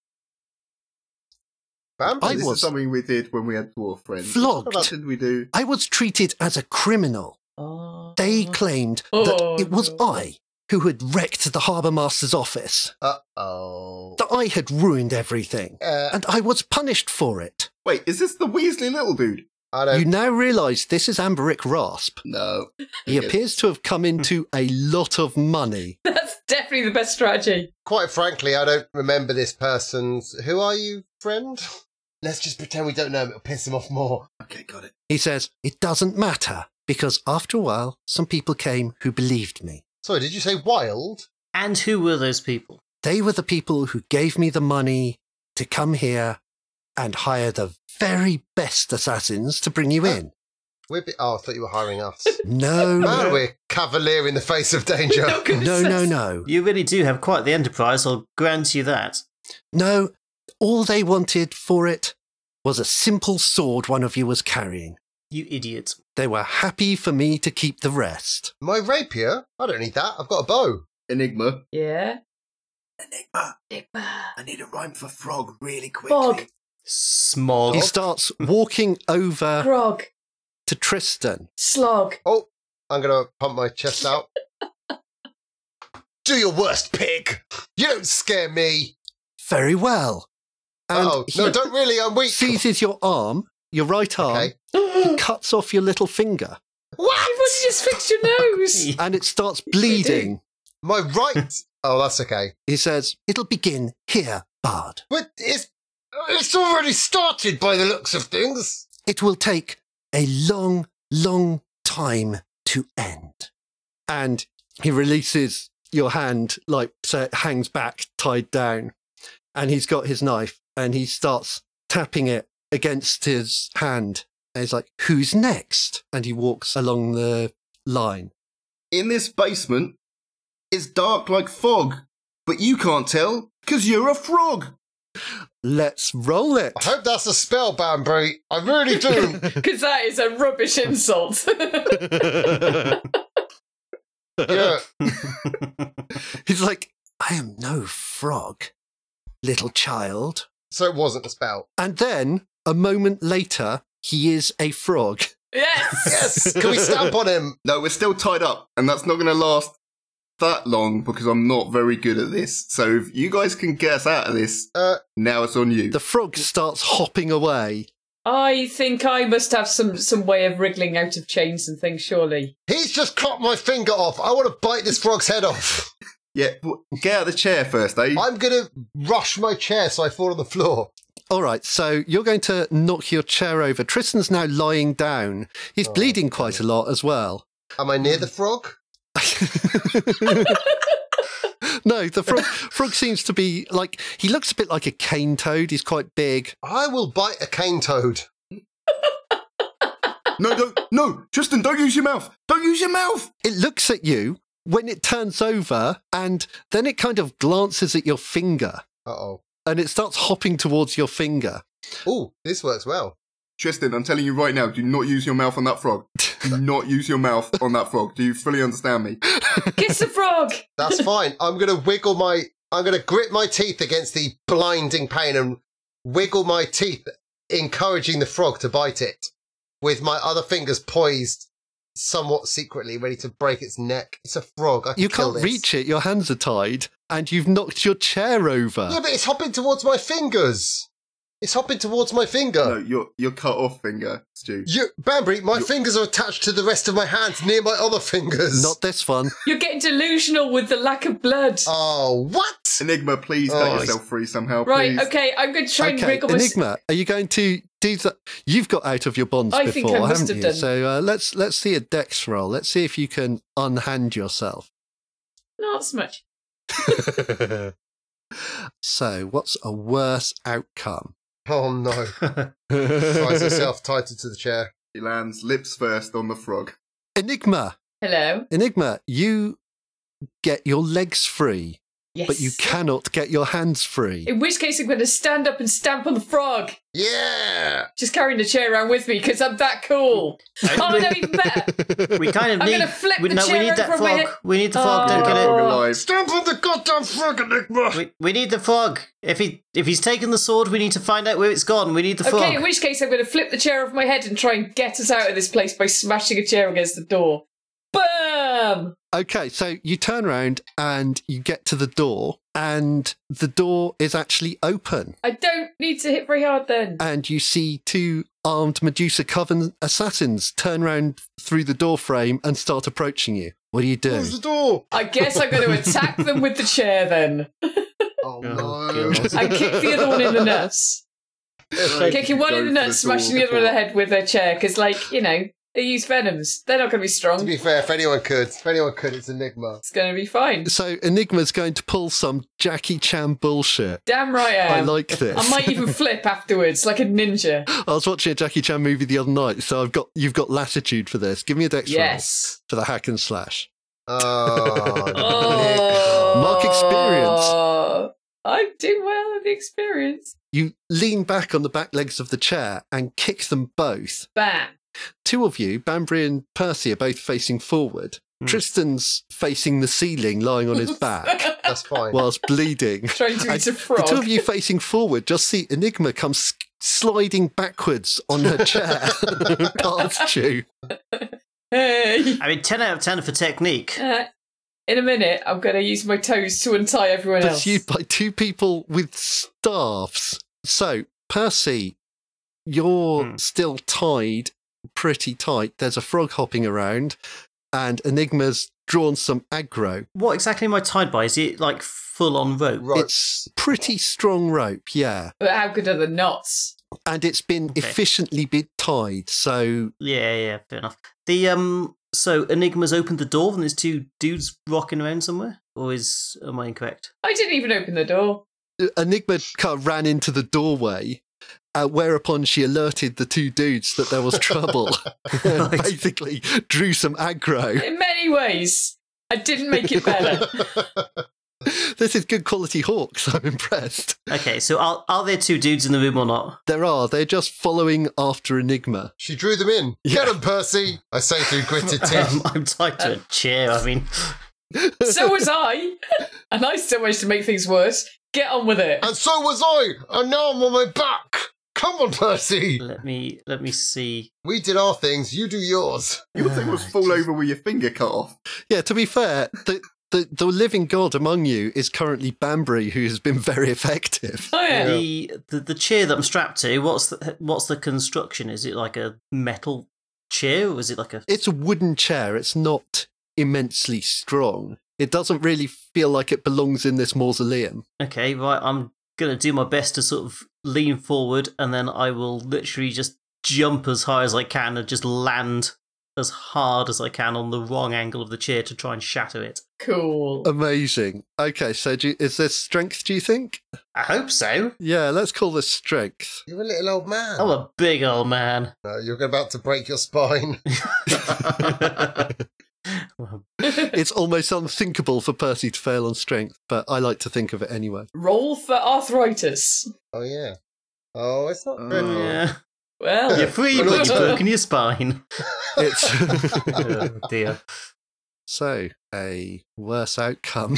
Speaker 4: Bambi.
Speaker 2: I
Speaker 5: this
Speaker 2: was-
Speaker 5: is something we did when we had dwarf friends.
Speaker 2: Flogged.
Speaker 5: What did we do?
Speaker 2: I was treated as a criminal. They claimed
Speaker 1: Oh,
Speaker 2: that it was
Speaker 1: no.
Speaker 2: I who had wrecked the harbour master's office,
Speaker 4: Uh oh.
Speaker 2: that I had ruined everything,
Speaker 4: Uh,
Speaker 2: and I was punished for it.
Speaker 5: Wait, is this the Weasley little dude?
Speaker 4: I don't.
Speaker 2: You now realise this is Amberic Rasp.
Speaker 5: No.
Speaker 2: He
Speaker 5: Okay.
Speaker 2: appears to have come into a lot of money.
Speaker 1: That's definitely the best strategy.
Speaker 4: Quite frankly, I don't remember this person's. Who are you, friend? Let's just pretend we don't know him. It'll piss him off more.
Speaker 5: Okay, got it.
Speaker 2: He says, It doesn't matter, because after a while, some people came who believed me.
Speaker 4: Sorry, did you say wild?
Speaker 3: And who were those people?
Speaker 2: They were the people who gave me the money to come here and hire the very best assassins to bring you in.
Speaker 4: We're be- oh, I thought you were hiring us.
Speaker 2: No,
Speaker 4: Man, we're cavalier in the face of danger.
Speaker 1: No, good
Speaker 2: no, no,
Speaker 1: sense.
Speaker 2: no.
Speaker 3: You really do have quite the enterprise, I'll grant you that.
Speaker 2: No, all they wanted for it was a simple sword one of you was carrying.
Speaker 3: You idiot.
Speaker 2: They were happy for me to keep the rest.
Speaker 4: My rapier? I don't need that. I've got a bow.
Speaker 5: Enigma.
Speaker 1: Yeah.
Speaker 5: Enigma.
Speaker 1: Enigma.
Speaker 5: I need a rhyme for frog really quickly.
Speaker 1: Fog.
Speaker 3: Smog.
Speaker 2: He starts walking over
Speaker 1: Grog.
Speaker 2: to Tristan.
Speaker 1: Slog.
Speaker 4: Oh, I'm going to pump my chest out. Do your worst, pig. You don't scare me.
Speaker 2: Very well. And
Speaker 4: Oh,
Speaker 2: he
Speaker 4: no, don't really. I'm weak.
Speaker 2: seizes your arm, your right arm,
Speaker 4: Okay.
Speaker 1: what?
Speaker 2: cuts off your little finger,
Speaker 1: You've already just fixed your nose.
Speaker 2: and it starts bleeding.
Speaker 4: My right. oh, that's okay.
Speaker 2: He says, It'll begin here, Bard.
Speaker 4: But it's it's already started by the looks of things.
Speaker 2: It will take a long, long time to end. And he releases your hand, like, so it hangs back, tied down. And he's got his knife and he starts tapping it against his hand. And he's like, Who's next? And he walks along the line.
Speaker 5: In this basement, it's dark like fog, but you can't tell because you're a frog.
Speaker 2: Let's roll it.
Speaker 4: I hope that's a spell, Bambury. I really do.
Speaker 1: Because that is a rubbish insult.
Speaker 4: yeah.
Speaker 2: He's like, I am no frog, little child.
Speaker 4: So it wasn't a spell.
Speaker 2: And then a moment later, he is a frog.
Speaker 1: yes.
Speaker 4: Yes. Can we stamp on him?
Speaker 5: No, we're still tied up, and that's not going to last that long because I'm not very good at this. So if you guys can get us out of this,
Speaker 4: Uh,
Speaker 5: now it's on you.
Speaker 2: The frog starts hopping away.
Speaker 1: I think I must have some, some way of wriggling out of chains and things, surely.
Speaker 4: he's just chopped my finger off. I want to bite this frog's head off.
Speaker 5: yeah, w- get out of the chair first, eh?
Speaker 4: I'm gonna rush my chair so I fall on the floor.
Speaker 2: All right, so you're going to knock your chair over. Tristan's now lying down. He's
Speaker 4: Oh,
Speaker 2: bleeding quite a lot as well.
Speaker 4: Am I near the frog?
Speaker 2: no, the frog, frog seems to be like, he looks a bit like a cane toad. He's quite big.
Speaker 4: I will bite a cane toad.
Speaker 5: no, don't, no, Tristan, don't use your mouth. Don't use your mouth.
Speaker 2: it looks at you when it turns over and then it kind of glances at your finger
Speaker 4: Uh oh.
Speaker 2: and it starts hopping towards your finger.
Speaker 4: Oh, this works well.
Speaker 5: Tristan, I'm telling you right now, do not use your mouth on that frog. Do not use your mouth on that frog. Do you fully understand me?
Speaker 1: Kiss the frog.
Speaker 4: That's fine. I'm going to wiggle my. I'm going to grit my teeth against the blinding pain and wiggle my teeth, encouraging the frog to bite it, with my other fingers poised somewhat secretly, ready to break its neck. It's a frog. I can
Speaker 2: You
Speaker 4: kill
Speaker 2: can't
Speaker 4: this.
Speaker 2: reach it, your hands are tied, and you've knocked your chair over.
Speaker 4: Yeah, but it's hopping towards my fingers. It's hopping towards my finger.
Speaker 5: No, your your cut off finger, Stu.
Speaker 4: You, Bambury, my fingers are attached to the rest of my hands near my other fingers.
Speaker 2: Not this one.
Speaker 1: You're getting delusional with the lack of blood.
Speaker 4: Oh, what?
Speaker 5: Enigma, please
Speaker 4: Oh,
Speaker 5: let
Speaker 4: it's-
Speaker 5: yourself free somehow.
Speaker 1: right,
Speaker 5: please.
Speaker 1: okay, I'm going to try and
Speaker 2: Okay,
Speaker 1: wriggle my...
Speaker 2: Enigma, are you going to do that? You've got out of your bonds
Speaker 1: I think
Speaker 2: before,
Speaker 1: I must
Speaker 2: haven't
Speaker 1: have
Speaker 2: you?
Speaker 1: done.
Speaker 2: So uh, let's let's see a dex roll. Let's see if you can unhand yourself.
Speaker 1: Not so much.
Speaker 2: So, what's a worse outcome?
Speaker 4: Oh no! Finds herself tied to the chair.
Speaker 5: He lands lips first on the frog.
Speaker 2: Enigma,
Speaker 1: Hello.
Speaker 2: Enigma, you get your legs free.
Speaker 1: Yes.
Speaker 2: but you cannot get your hands free.
Speaker 1: In which case, I'm going to stand up and stamp on the frog.
Speaker 4: Yeah.
Speaker 1: Just carrying the chair around with me because I'm that cool. oh, no, even better.
Speaker 3: We kind of
Speaker 1: I'm
Speaker 3: need.
Speaker 1: gonna flip
Speaker 3: we,
Speaker 1: the
Speaker 3: no, we
Speaker 1: chair
Speaker 3: need
Speaker 1: over
Speaker 3: that
Speaker 1: from my
Speaker 3: frog.
Speaker 1: head.
Speaker 3: We need the frog. Don't
Speaker 1: Oh.
Speaker 3: get
Speaker 5: Frog
Speaker 3: it.
Speaker 5: alive.
Speaker 4: Stamp on the goddamn frog, Enigma.
Speaker 3: We, we need the frog. If he if he's taken the sword, we need to find out where it's gone. We need the frog.
Speaker 1: Okay, in which case, I'm going to flip the chair off my head and try and get us out of this place by smashing a chair against the door. Bam!
Speaker 2: Okay, so you turn around and you get to the door, and the door is actually open,
Speaker 1: I don't need to hit very hard then.
Speaker 2: and you see two armed Medusa Coven assassins turn round through the door frame and start approaching you. What do you do?
Speaker 4: Close the door.
Speaker 1: I guess I'm going to attack them with the chair then.
Speaker 4: Oh,
Speaker 3: Oh,
Speaker 4: no.
Speaker 3: God.
Speaker 1: I kick the other one in the nuts.
Speaker 5: Right.
Speaker 1: Kicking one
Speaker 5: Go
Speaker 1: in the
Speaker 5: for
Speaker 1: nuts,
Speaker 5: door
Speaker 1: smashing the other one in the
Speaker 5: before-
Speaker 1: head with their chair because, like, you know, they use venoms. They're not going to be
Speaker 4: to
Speaker 1: strong.
Speaker 4: be fair, if anyone could, if anyone could, it's Enigma.
Speaker 1: It's going to be fine.
Speaker 2: So Enigma's going to pull some Jackie Chan bullshit.
Speaker 1: Damn right I
Speaker 2: I
Speaker 1: am.
Speaker 2: like this.
Speaker 1: Um, I might even flip afterwards like a ninja.
Speaker 2: I was watching a Jackie Chan movie the other night, so I've got you've got latitude for this. Give me a dex roll
Speaker 1: Yes.
Speaker 2: for the hack and slash.
Speaker 4: Oh,
Speaker 1: Oh.
Speaker 2: Mark experience.
Speaker 1: I do well at the experience.
Speaker 2: You lean back on the back legs of the chair and kick them both.
Speaker 1: Bam.
Speaker 2: Two of you, Banbury and Percy, are both facing forward.
Speaker 3: Hmm.
Speaker 2: Tristan's facing the ceiling, lying on his back
Speaker 4: That's fine.
Speaker 2: whilst bleeding.
Speaker 1: Trying to
Speaker 2: And
Speaker 1: eat a
Speaker 2: The
Speaker 1: frog.
Speaker 2: two of you facing forward just see Enigma come s- sliding backwards on her chair past you.
Speaker 1: Hey.
Speaker 3: I mean, ten out of ten for technique.
Speaker 1: Uh, in a minute, I'm going to use my toes to untie everyone else.
Speaker 2: pursued by two people with staffs. So, Percy, you're
Speaker 3: Hmm.
Speaker 2: still tied pretty tight. There's a frog hopping around, and Enigma's drawn some aggro.
Speaker 3: What exactly am I tied by? Is it like full on rope?
Speaker 4: Right.
Speaker 2: It's pretty strong rope, yeah.
Speaker 1: But how good are the knots?
Speaker 2: And it's been
Speaker 3: Okay.
Speaker 2: efficiently been tied. So,
Speaker 3: Yeah, yeah, fair enough. The um, so Enigma's opened the door and there's two dudes rocking around somewhere, or is am I incorrect?
Speaker 1: I didn't even open the door.
Speaker 2: Enigma kind of ran into the doorway. Uh, whereupon she alerted the two dudes that there was trouble and
Speaker 3: Right.
Speaker 2: basically drew some aggro.
Speaker 1: In many ways, I didn't make it better.
Speaker 2: This is good quality hawks. I'm impressed.
Speaker 3: Okay, so are are there two dudes in the room or not?
Speaker 2: There are. They're just following after Enigma.
Speaker 4: she drew them in. Get 'em, Get them, Percy. I say through gritted teeth.
Speaker 3: Um, I'm tied to a chair. I mean,
Speaker 1: so was I. And I still managed to make things worse. Get on with it.
Speaker 4: and so was I. And now I'm on my back. Come on, Percy.
Speaker 3: let me let me see. Uh,
Speaker 4: We did our things. You do yours.
Speaker 5: Your thing was fall over with your finger cut off.
Speaker 2: Yeah, to be fair, the, the, the living god among you is currently Banbury, who has been very effective.
Speaker 1: Oh, yeah.
Speaker 3: The, the the chair that I'm strapped to. What's the what's the construction? Is it like a metal chair or is it like a?
Speaker 2: It's a wooden chair. It's not immensely strong. It doesn't really feel like it belongs in this mausoleum.
Speaker 3: Okay, right. I'm gonna do my best to sort of lean forward, and then I will literally just jump as high as I can and just land as hard as I can on the wrong angle of the chair to try and shatter it.
Speaker 1: Cool.
Speaker 2: Amazing. Okay, so do you, is this strength, do you think?
Speaker 3: I hope so.
Speaker 2: Yeah, let's call this strength.
Speaker 4: You're a little old
Speaker 2: Oh,
Speaker 4: man.
Speaker 3: I'm a big old man.
Speaker 4: No, you're about to break your spine.
Speaker 3: Oh,
Speaker 2: It's almost unthinkable for Percy to fail on strength, but I like to think of it anyway.
Speaker 1: Roll for arthritis.
Speaker 4: Oh yeah. Oh, it's not
Speaker 5: Oh.
Speaker 4: dreadful.
Speaker 3: yeah.
Speaker 1: Well,
Speaker 3: You're free, but you've broken your spine.
Speaker 2: It's.
Speaker 3: oh dear.
Speaker 2: So, a worse outcome.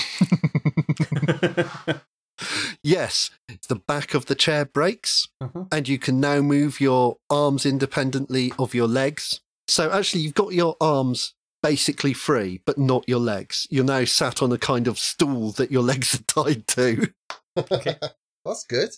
Speaker 2: yes, the back of the chair breaks,
Speaker 3: Mhm.
Speaker 2: and you can now move your arms independently of your legs. So, actually, you've got your arms basically free, but not your legs. You're now sat on a kind of stool that your legs are tied to.
Speaker 4: That's good.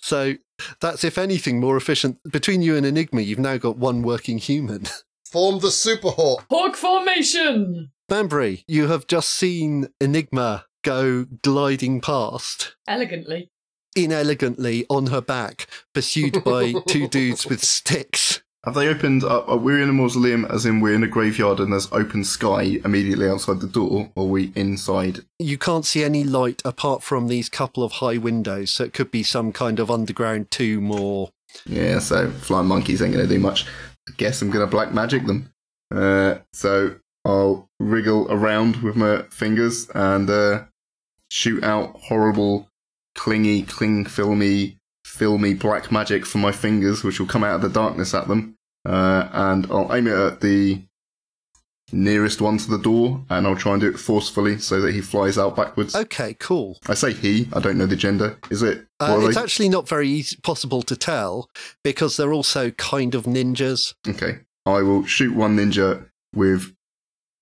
Speaker 2: So, that's, if anything, more efficient. Between you and Enigma, you've now got one working human.
Speaker 4: Form the super hawk.
Speaker 1: hawk formation.
Speaker 2: Banbury, you have just seen Enigma go gliding past.
Speaker 1: Elegantly.
Speaker 2: inelegantly on her back, pursued by two dudes with sticks.
Speaker 5: Have they opened up? Are we in a mausoleum, as in we're in a graveyard and there's open sky immediately outside the door, or are we inside?
Speaker 2: You can't see any light apart from these couple of high windows, so it could be some kind of underground tomb or.
Speaker 5: Yeah, so flying monkeys ain't going to do much. I guess I'm going to black magic them. Uh, so I'll wriggle around with my fingers and uh, shoot out horrible, clingy, cling filmy, filmy black magic from my fingers, which will come out of the darkness at them. Uh, and I'll aim it at the nearest one to the door, and I'll try and do it forcefully so that he flies out backwards.
Speaker 2: Okay, cool.
Speaker 5: I say he. I don't know the gender. Is it?
Speaker 2: Uh,
Speaker 5: what are
Speaker 2: it's
Speaker 5: they?
Speaker 2: actually not very eas possible to tell because they're also kind of ninjas.
Speaker 5: okay. I will shoot one ninja with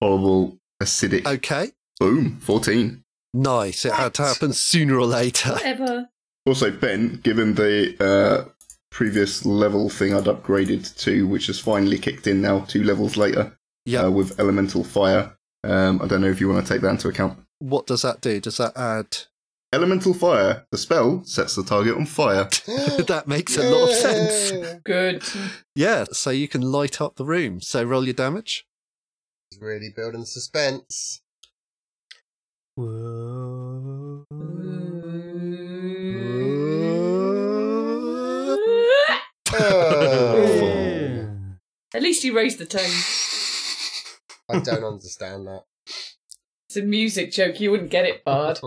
Speaker 5: horrible acidic.
Speaker 2: Okay,
Speaker 5: Boom. Fourteen.
Speaker 2: nice. It had to happen sooner or later.
Speaker 1: Whatever.
Speaker 5: Also, Ben, given the uh, previous level thing I'd upgraded to, which has finally kicked in now two levels later
Speaker 2: Yeah.
Speaker 5: uh, with elemental fire, um, I don't know if you want to take that into account.
Speaker 2: what does that do? Does that add?
Speaker 5: Elemental fire, the spell sets the target on fire.
Speaker 2: that makes a lot of sense.
Speaker 4: Yeah.
Speaker 1: Good.
Speaker 2: Yeah, so you can light up the room. So roll your damage.
Speaker 4: He's really building the suspense. Oh,
Speaker 1: At least you raised the tone.
Speaker 4: I don't understand that.
Speaker 1: It's a music joke. You wouldn't get it, Bard.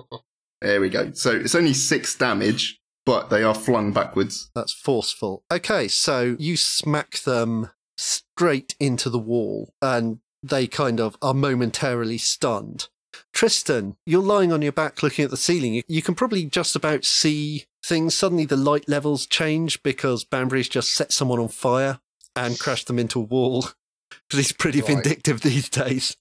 Speaker 5: There we go. So it's only six damage, but they are flung backwards.
Speaker 2: That's forceful. Okay, so you smack them straight into the wall and they kind of are momentarily stunned. Tristan, you're lying on your back looking at the ceiling. You- You can probably just about see things. Suddenly the light levels change because Banbury's just set someone on fire and crashed them into a wall because he's pretty
Speaker 4: Right.
Speaker 2: vindictive these days.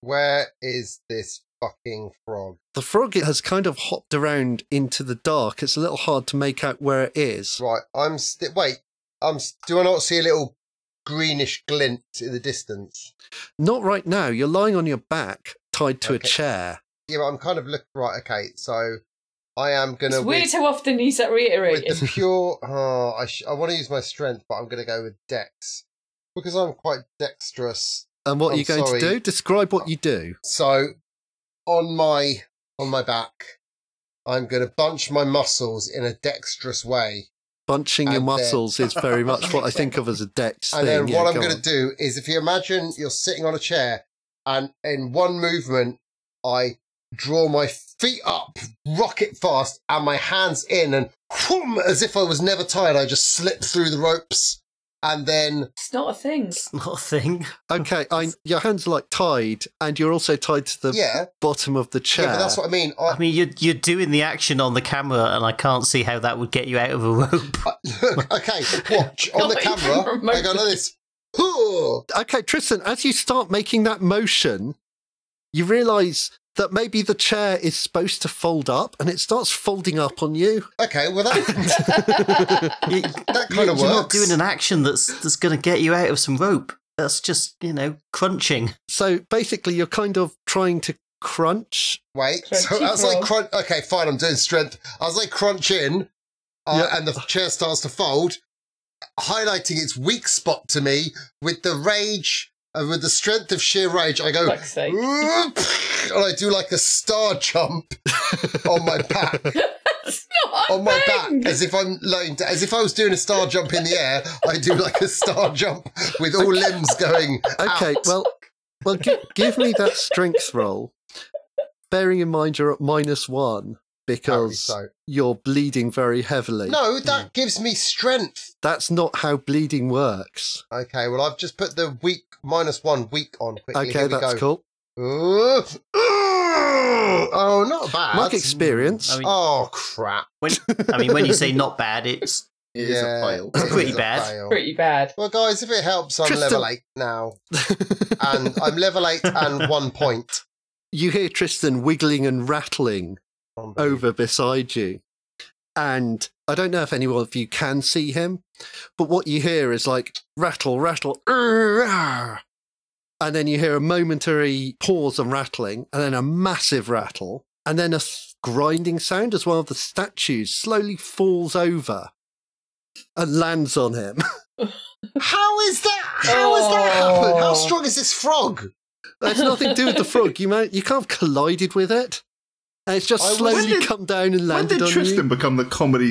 Speaker 4: Where is this fucking frog?
Speaker 2: The frog has kind of hopped around into the dark. It's a little hard to make out where it is.
Speaker 4: Right, I'm st- wait. I'm s do I not see a little greenish glint in the distance?
Speaker 2: Not right now. You're lying on your back, tied to a
Speaker 4: Okay.
Speaker 2: chair.
Speaker 4: Yeah, but I'm kind of look right. Okay, so I am gonna
Speaker 1: It's weird
Speaker 4: with,
Speaker 1: how often he's that
Speaker 4: with
Speaker 1: reiterated.
Speaker 4: the pure. Oh, I sh- I want to use my strength, but I'm gonna go with Dex because I'm quite dexterous.
Speaker 2: And what
Speaker 4: I'm
Speaker 2: are you going
Speaker 4: sorry.
Speaker 2: to do? Describe what you do.
Speaker 4: So on my on my back, I'm gonna bunch my muscles in a dexterous way.
Speaker 2: Bunching your
Speaker 4: And then-
Speaker 2: muscles is very much what I think of as a dex
Speaker 4: And
Speaker 2: thing.
Speaker 4: then
Speaker 2: Yeah,
Speaker 4: what I'm
Speaker 2: go
Speaker 4: going to
Speaker 2: on.
Speaker 4: do is if you imagine you're sitting on a chair and in one movement, I draw my feet up, rocket fast, and my hands in, and whoom, as if I was never tired, I just slip through the ropes. And then,
Speaker 1: It's not a thing.
Speaker 3: Not a thing.
Speaker 2: Okay, I, your hands are like tied, and you're also tied to the
Speaker 4: yeah,
Speaker 2: bottom of the chair.
Speaker 4: yeah, but that's what I mean. I,
Speaker 3: I mean, you're you're doing the action on the camera, and I can't see how that would get you out of a rope.
Speaker 4: I- okay, watch on the
Speaker 1: Not even
Speaker 4: camera. I go
Speaker 1: remotely.
Speaker 4: like this. Hoo!
Speaker 2: okay, Tristan, as you start making that motion, you realize that maybe the chair is supposed to fold up, and it starts folding up on you.
Speaker 4: Okay, well that
Speaker 3: You-
Speaker 4: that kind
Speaker 3: you're
Speaker 4: of
Speaker 3: not
Speaker 4: works.
Speaker 3: doing an action that's that's going to get you out of some rope. That's just you know crunching.
Speaker 2: So basically, you're kind of trying to crunch.
Speaker 4: Wait, so
Speaker 1: Crunchy
Speaker 4: as I
Speaker 1: frog.
Speaker 4: crunch, okay, fine, I'm doing strength. As I crunch in, uh,
Speaker 2: Yeah.
Speaker 4: and the chair starts to fold, highlighting its weak spot to me with the rage, uh, with the strength of sheer rage, I go,
Speaker 1: Fuck's sake.
Speaker 4: and I do like a star jump on my back,
Speaker 1: It's not a
Speaker 4: on Oh, my back,
Speaker 1: thing.
Speaker 4: as if I'm lying, down- as if I was doing a star jump in the air. I do like a star jump with all limbs going.
Speaker 2: Okay,
Speaker 4: out.
Speaker 2: well, well, g- give me that strength roll. Bearing in mind you're at minus one
Speaker 4: Apparently
Speaker 2: because
Speaker 4: so.
Speaker 2: you're bleeding very heavily.
Speaker 4: no, that gives me strength.
Speaker 2: that's not how bleeding works.
Speaker 4: Okay, well, I've just put the week minus one week on quickly.
Speaker 2: Okay,
Speaker 4: Here we
Speaker 2: that's
Speaker 4: go.
Speaker 2: cool.
Speaker 4: Ooh. Oh, not bad.
Speaker 2: Mark experience.
Speaker 3: Mm, I mean,
Speaker 4: Oh, crap.
Speaker 3: when, I mean, when you say not bad, it's
Speaker 5: It is
Speaker 4: Yeah,
Speaker 5: a fail.
Speaker 4: it
Speaker 3: pretty
Speaker 4: is a
Speaker 3: bad.
Speaker 4: fail.
Speaker 1: Pretty bad.
Speaker 4: Well, guys, if it helps, I'm
Speaker 2: Tristan-
Speaker 4: level eight now. And I'm level eight and one point.
Speaker 2: you hear Tristan wiggling and rattling over beside you. And I don't know if any one of you can see him, but what you hear is like rattle, rattle, "Arr, arr." and then you hear a momentary pause and rattling, and then a massive rattle, and then a th- grinding sound as one of the statues slowly falls over and lands on him.
Speaker 4: How is that? How has that
Speaker 1: Oh.
Speaker 4: happened? How strong is this frog?
Speaker 2: That's nothing to do with the frog. You might, you can't have collided with it. And it's just
Speaker 4: I was-
Speaker 2: slowly
Speaker 5: When did-
Speaker 2: come down and
Speaker 5: When
Speaker 2: landed
Speaker 5: did
Speaker 2: on
Speaker 5: Tristan
Speaker 2: you.
Speaker 5: become the comedy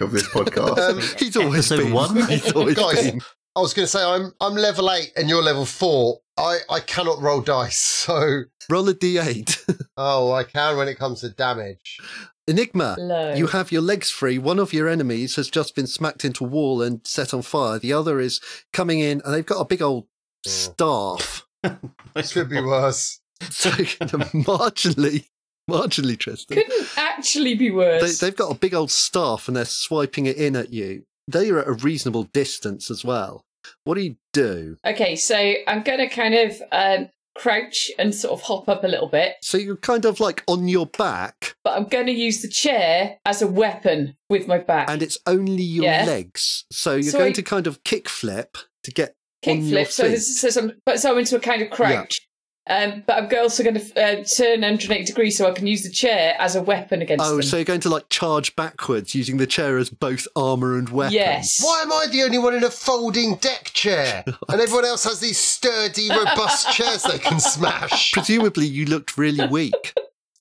Speaker 5: of this podcast?
Speaker 4: Um,
Speaker 2: He's always
Speaker 3: Episode
Speaker 2: been.
Speaker 3: one?
Speaker 2: He's always
Speaker 4: Guys,
Speaker 2: been.
Speaker 4: I was going to say I'm I'm level eight and you're level four. I, I cannot roll dice, so
Speaker 2: Roll a d8.
Speaker 4: oh, I can when it comes to damage.
Speaker 2: Enigma.
Speaker 1: Low.
Speaker 2: You have your legs free. One of your enemies has just been smacked into a wall and set on fire. The other is coming in and they've got a big old staff.
Speaker 4: It could be worse.
Speaker 2: So marginally, marginally, Tristan.
Speaker 1: Couldn't actually be
Speaker 2: They,
Speaker 1: worse.
Speaker 2: they've got a big old staff and they're swiping it in at you. They are at a reasonable distance as well. What do you do?
Speaker 1: Okay, so I'm going to kind of um, crouch and sort of hop up a little bit,
Speaker 2: So you're kind of like on your back
Speaker 1: but I'm going to use the chair as a weapon with my back.
Speaker 2: and it's only your
Speaker 1: Yeah.
Speaker 2: legs. So you're
Speaker 1: So
Speaker 2: going
Speaker 1: I-
Speaker 2: to kind of kick flip to get on your
Speaker 1: kickflip. So
Speaker 2: feet.
Speaker 1: this is so some, but so I'm into a kind of crouch. Um, but I'm go- also going to uh, turn 180 degrees so I can use the chair as a weapon against
Speaker 2: Oh,
Speaker 1: them.
Speaker 2: so you're going to like charge backwards using the chair as both armor and weapon.
Speaker 1: yes.
Speaker 4: Why am I the only one in a folding deck chair? And everyone else has these sturdy, robust chairs they can smash.
Speaker 2: Presumably, you looked really weak.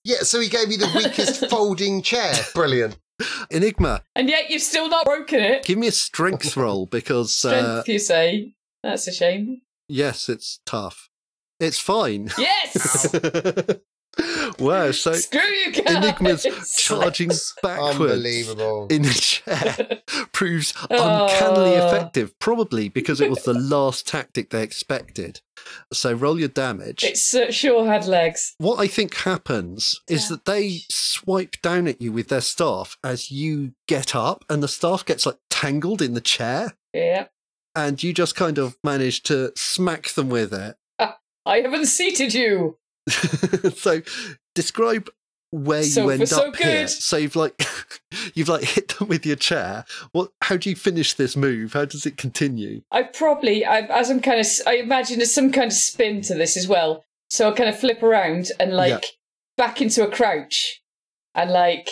Speaker 4: Yeah, so he gave me the weakest folding chair. Brilliant.
Speaker 2: Enigma,
Speaker 1: And yet you've still not broken it.
Speaker 2: give me a strength roll because
Speaker 1: Strength,
Speaker 2: uh,
Speaker 1: you say? That's a shame.
Speaker 2: yes, it's tough. It's fine.
Speaker 1: Yes.
Speaker 2: wow, so
Speaker 1: Screw you guys.
Speaker 2: Enigma's charging backwards
Speaker 4: Unbelievable.
Speaker 2: in the chair proves uncannily
Speaker 1: Oh.
Speaker 2: effective, probably because it was the last tactic they expected. So roll your damage.
Speaker 1: It su- sure had legs.
Speaker 2: what I think happens is that they swipe down at you with their staff as you get up, and the staff gets like tangled in the chair,
Speaker 1: Yeah.
Speaker 2: and you just kind of manage to smack them with it.
Speaker 1: I have unseated you.
Speaker 2: so, describe where
Speaker 1: So
Speaker 2: you
Speaker 1: far,
Speaker 2: end
Speaker 1: so
Speaker 2: up here.
Speaker 1: good.
Speaker 2: So you've like you've like hit them with your chair. What? How do you finish this move? How does it continue?
Speaker 1: I probably, I, as I'm kind of, I imagine there's some kind of spin to this as well. So I kind of flip around and like
Speaker 2: Yeah.
Speaker 1: back into a crouch, and like,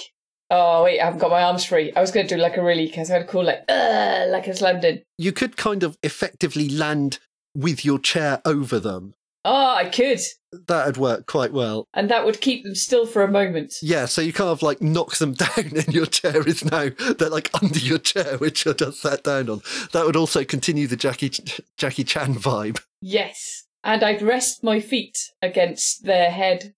Speaker 1: oh wait, I haven't got my arms free. I was going to do like a really kind of cool like, uh, like I was landing.
Speaker 2: You could kind of effectively land with your chair over them.
Speaker 1: Oh, I could,
Speaker 2: That'd work quite well.
Speaker 1: and that would keep them still for a moment.
Speaker 2: Yeah, so you kind of like knock them down, and your chair is now they're like under your chair, which you're just sat down on. That would also continue the Jackie Jackie Chan vibe.
Speaker 1: Yes, and I'd rest my feet against their head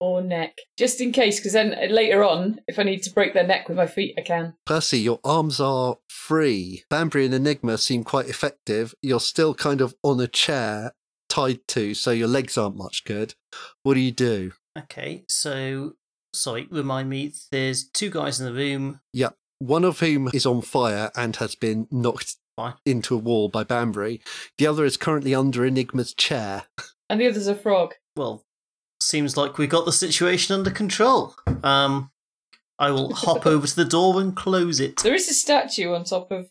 Speaker 1: or neck, just in case, because then later on, if I need to break their neck with my feet, I can.
Speaker 2: Percy, your arms are free. Bambry and Enigma seem quite effective. You're still kind of on a chair tied to, so your legs aren't much good. What do you do?
Speaker 3: Okay, so sorry, remind me. There's two guys in the room.
Speaker 2: One of whom is on fire and has been knocked
Speaker 3: Fine.
Speaker 2: into a wall by Bambry. The other is currently under Enigma's chair.
Speaker 1: And the other's a frog.
Speaker 3: Well, seems like we got the situation under control. Um, I will hop over to the door and close it.
Speaker 1: There is a statue on top of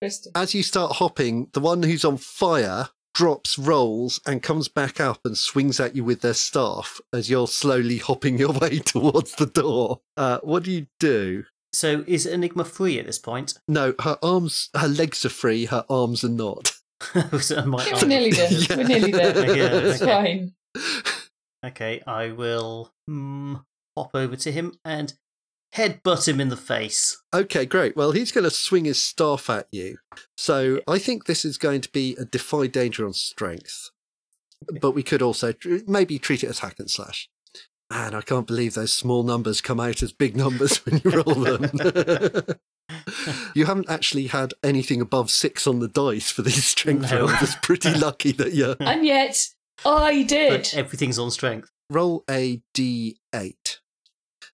Speaker 1: Kristen.
Speaker 2: as you start hopping, the one who's on fire drops, rolls, and comes back up and swings at you with their staff as you're slowly hopping your way towards the door. Uh, what do you do?
Speaker 3: So is Enigma free at this point?
Speaker 2: No, her arms, her legs are free, her arms are not.
Speaker 3: So my
Speaker 1: Yeah,
Speaker 3: arm-
Speaker 1: we're nearly there.
Speaker 2: Yeah.
Speaker 1: We're nearly there.
Speaker 3: Yeah.
Speaker 1: It's fine.
Speaker 3: Okay, I will hmm, hop over to him and headbutt him in the face.
Speaker 2: Okay, great. Well, he's going to swing his staff at you. So I think this is going to be a defy danger on strength, but we could also tr- maybe treat it as hack and slash. Man, I can't believe those small numbers come out as big numbers when you roll them. you haven't actually had anything above six on the dice for these strength
Speaker 3: No.
Speaker 2: rolls. It's pretty lucky that you
Speaker 1: And yet, I
Speaker 3: But
Speaker 1: did.
Speaker 3: everything's on strength.
Speaker 2: roll a d8.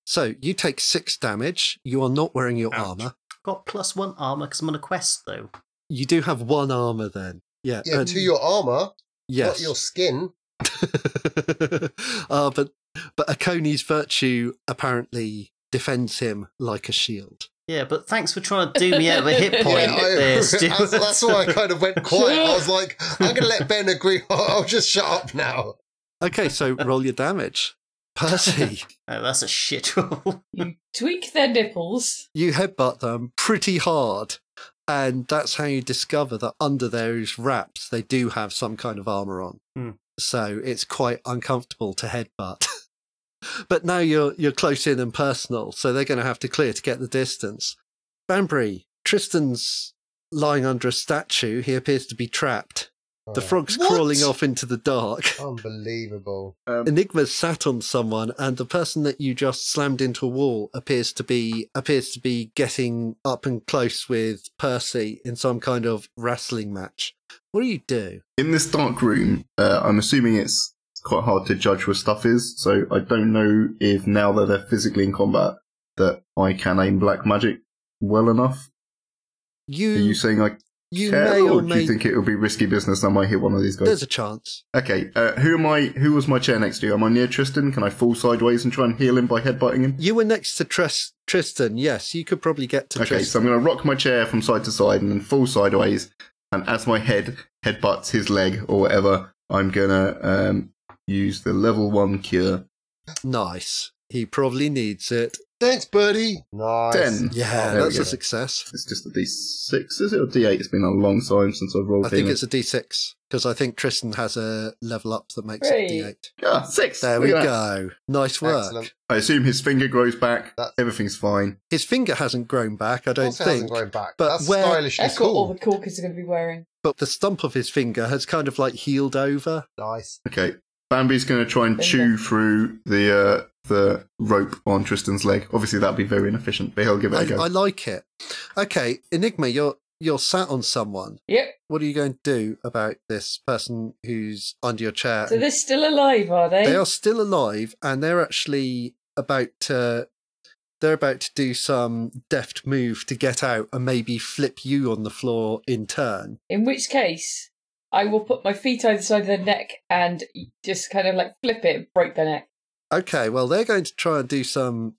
Speaker 2: So you take six damage. You are not wearing your
Speaker 3: Ouch.
Speaker 2: armor.
Speaker 3: Got plus one armor because I'm on a quest though.
Speaker 2: You do have one armor then. Yeah.
Speaker 4: Yeah,
Speaker 2: and-
Speaker 4: to your armour,
Speaker 2: yes.
Speaker 4: not your skin.
Speaker 2: uh, but but Akoni's virtue apparently defends him like a shield.
Speaker 3: Yeah, but thanks for trying to do me out of a hit point
Speaker 4: Yeah, I-
Speaker 3: there,
Speaker 4: that's,
Speaker 3: Stuart.
Speaker 4: that's why I kind of went quiet. I was like, I'm going to let Ben agree. I'll just shut up now.
Speaker 2: Okay, so roll your damage. Percy,
Speaker 3: Oh, that's a shit roll.
Speaker 1: You tweak their nipples.
Speaker 2: you headbutt them pretty hard. And that's how you discover that under those wraps, they do have some kind of armor on.
Speaker 3: Hmm.
Speaker 2: So it's quite uncomfortable to headbutt. but now you're, you're close in and personal, so they're going to have to clear to get the distance. Banbury, Tristan's lying under a statue. He appears to be trapped. The
Speaker 4: Oh,
Speaker 2: frog's
Speaker 1: What?
Speaker 2: crawling off into the dark.
Speaker 4: Unbelievable.
Speaker 5: Um,
Speaker 2: Enigma's sat on someone, and the person that you just slammed into a wall appears to be appears to be getting up and close with Percy in some kind of wrestling match. What do you do?
Speaker 5: in this dark room, uh, I'm assuming it's quite hard to judge where stuff is, so I don't know if now that they're physically in combat that I can aim black magic well enough.
Speaker 2: You
Speaker 5: Are you saying I
Speaker 2: Mm, you
Speaker 5: care,
Speaker 2: may
Speaker 5: or
Speaker 2: or
Speaker 5: do
Speaker 2: may
Speaker 5: you think it would be risky business? and I might hit one of these guys.
Speaker 2: there's a chance.
Speaker 5: Okay, uh, who am I? Who was my chair next to? Am I near Tristan? Can I fall sideways and try and heal him by headbutting him?
Speaker 2: You were next to Tris- Tristan. Yes, you could probably get to
Speaker 5: Okay, so
Speaker 2: Tristan.
Speaker 5: I'm going to rock my chair from side to side and then fall sideways. And as my head headbutts his leg or whatever, I'm going to um, use the level one cure.
Speaker 2: Nice. He probably needs it.
Speaker 4: Thanks, buddy. Nice.
Speaker 5: Ten.
Speaker 2: Yeah,
Speaker 5: There we
Speaker 2: that's
Speaker 5: go.
Speaker 2: a success.
Speaker 5: It's just a D6, is it? Or D8? It's been a long time since I've rolled
Speaker 2: I think
Speaker 5: here.
Speaker 2: it's a D6 because I think Tristan has a level up that makes
Speaker 1: Great.
Speaker 2: it
Speaker 5: Ah, six.
Speaker 2: D8. There
Speaker 5: Look
Speaker 2: we
Speaker 5: at that.
Speaker 2: go. Nice work.
Speaker 4: Excellent.
Speaker 5: I assume his finger grows back.
Speaker 4: That's-
Speaker 5: Everything's fine.
Speaker 2: His finger hasn't grown back, I
Speaker 4: I
Speaker 2: don't think,
Speaker 4: going back.
Speaker 2: but
Speaker 4: That's
Speaker 2: where-
Speaker 4: stylishly
Speaker 1: That's what all
Speaker 4: cool.
Speaker 1: the cool kids are going to be wearing.
Speaker 2: but the stump of his finger has kind of like healed over.
Speaker 4: Nice.
Speaker 5: Okay. Bambi's going to try and
Speaker 1: Finger.
Speaker 5: chew through the uh, the rope on Tristan's leg. Obviously, that'd be very inefficient, but he'll give it
Speaker 2: I,
Speaker 5: a go.
Speaker 2: I like it. Okay, Enigma, you're you're sat on someone.
Speaker 1: Yep.
Speaker 2: What are you going to do about this person who's under your chair?
Speaker 1: So they're still alive, are they?
Speaker 2: Uh, they are still alive, and they're actually about to they're about to do some deft move to get out and maybe flip you on the floor in turn.
Speaker 1: In which case, I will put my feet either side of their neck and just kind of like flip it and break their neck.
Speaker 2: Okay, well they're going to try and do some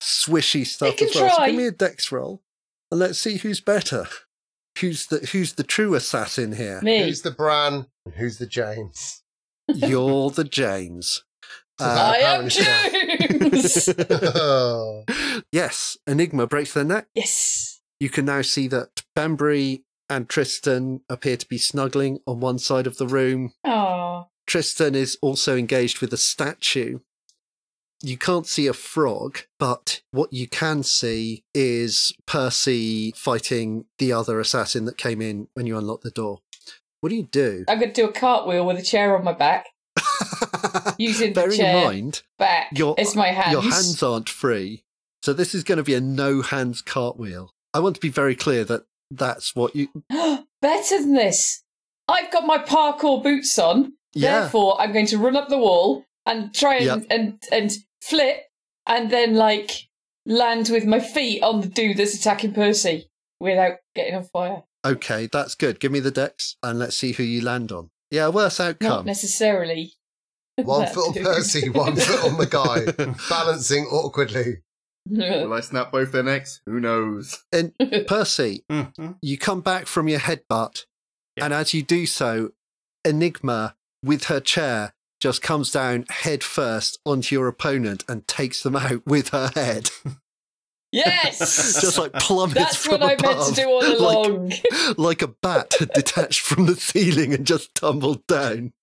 Speaker 2: swishy stuff
Speaker 1: can
Speaker 2: as well. So
Speaker 1: try.
Speaker 2: give me a dex roll, and let's see who's better. Who's the who's the true assassin here?
Speaker 1: Me.
Speaker 4: Who's the Bran and who's the James?
Speaker 2: You're the James. Uh,
Speaker 1: I am
Speaker 4: apparently
Speaker 1: James!
Speaker 4: Oh,
Speaker 2: yes, Enigma breaks their neck.
Speaker 1: yes.
Speaker 2: You can now see that Banbury and Tristan appear to be snuggling on one side of the room.
Speaker 1: Aww.
Speaker 2: Tristan is also engaged with a statue. You can't see a frog, but what you can see is Percy fighting the other assassin that came in when you unlocked the door. What do you do?
Speaker 1: I'm going to do a cartwheel with a chair on my back, using the
Speaker 2: Bear in
Speaker 1: chair
Speaker 2: mind,
Speaker 1: back.
Speaker 2: your-
Speaker 1: it's my hands.
Speaker 2: your hands aren't free. So this is going to be a no hands cartwheel. I want to be very clear that that's what you.
Speaker 1: Better than this. I've got my parkour boots on.
Speaker 2: Yeah.
Speaker 1: Therefore, I'm going to run up the wall and try and,
Speaker 2: Yep.
Speaker 1: and, and flip and then like land with my feet on the dude that's attacking Percy without getting on fire.
Speaker 2: Okay, that's good. Give me the dex and let's see who you land on. Yeah, worse
Speaker 1: Not
Speaker 2: outcome.
Speaker 1: necessarily.
Speaker 4: one
Speaker 1: that
Speaker 4: foot on
Speaker 1: dude.
Speaker 4: Percy, one foot on the guy, balancing awkwardly.
Speaker 5: Will I snap both their necks? Who knows?
Speaker 2: and Percy,
Speaker 3: Mhm.
Speaker 2: you come back from your headbutt,
Speaker 3: Yeah.
Speaker 2: and as you do so, Enigma with her chair just comes down head first onto your opponent and takes them out with her head.
Speaker 1: yes!
Speaker 2: Just like plummets
Speaker 1: That's
Speaker 2: from
Speaker 1: what I
Speaker 2: above,
Speaker 1: meant to do all
Speaker 2: like
Speaker 1: along.
Speaker 2: like a bat had detached from the ceiling and just tumbled down.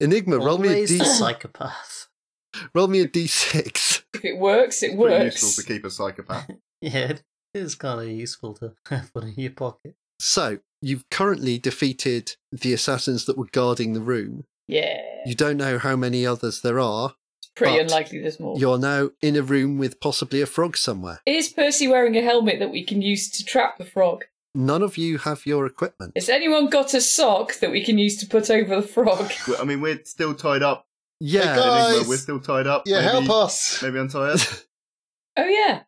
Speaker 2: Enigma, roll me, a
Speaker 3: Always
Speaker 2: D-
Speaker 3: a psychopath.
Speaker 2: roll me a d6.
Speaker 1: if it works, it
Speaker 5: Pretty useful
Speaker 1: works.
Speaker 5: to keep a psychopath.
Speaker 3: Yeah, it is kind of useful to have one in your pocket.
Speaker 2: So, you've currently defeated the assassins that were guarding the room.
Speaker 1: Yeah.
Speaker 2: You don't know how many others there are.
Speaker 1: It's pretty
Speaker 2: but
Speaker 1: unlikely there's more.
Speaker 2: You're now in a room with possibly a frog somewhere.
Speaker 1: Is Percy wearing a helmet that we can use to trap the frog?
Speaker 2: None of you have your equipment.
Speaker 1: Has anyone got a sock that we can use to put over the frog?
Speaker 5: We- I mean, we're still tied up.
Speaker 2: Yeah,
Speaker 4: Hey, guys.
Speaker 5: Enigma, we're still tied up.
Speaker 4: Yeah,
Speaker 5: Maybe-
Speaker 4: help us.
Speaker 5: Maybe untie us.
Speaker 1: Oh yeah,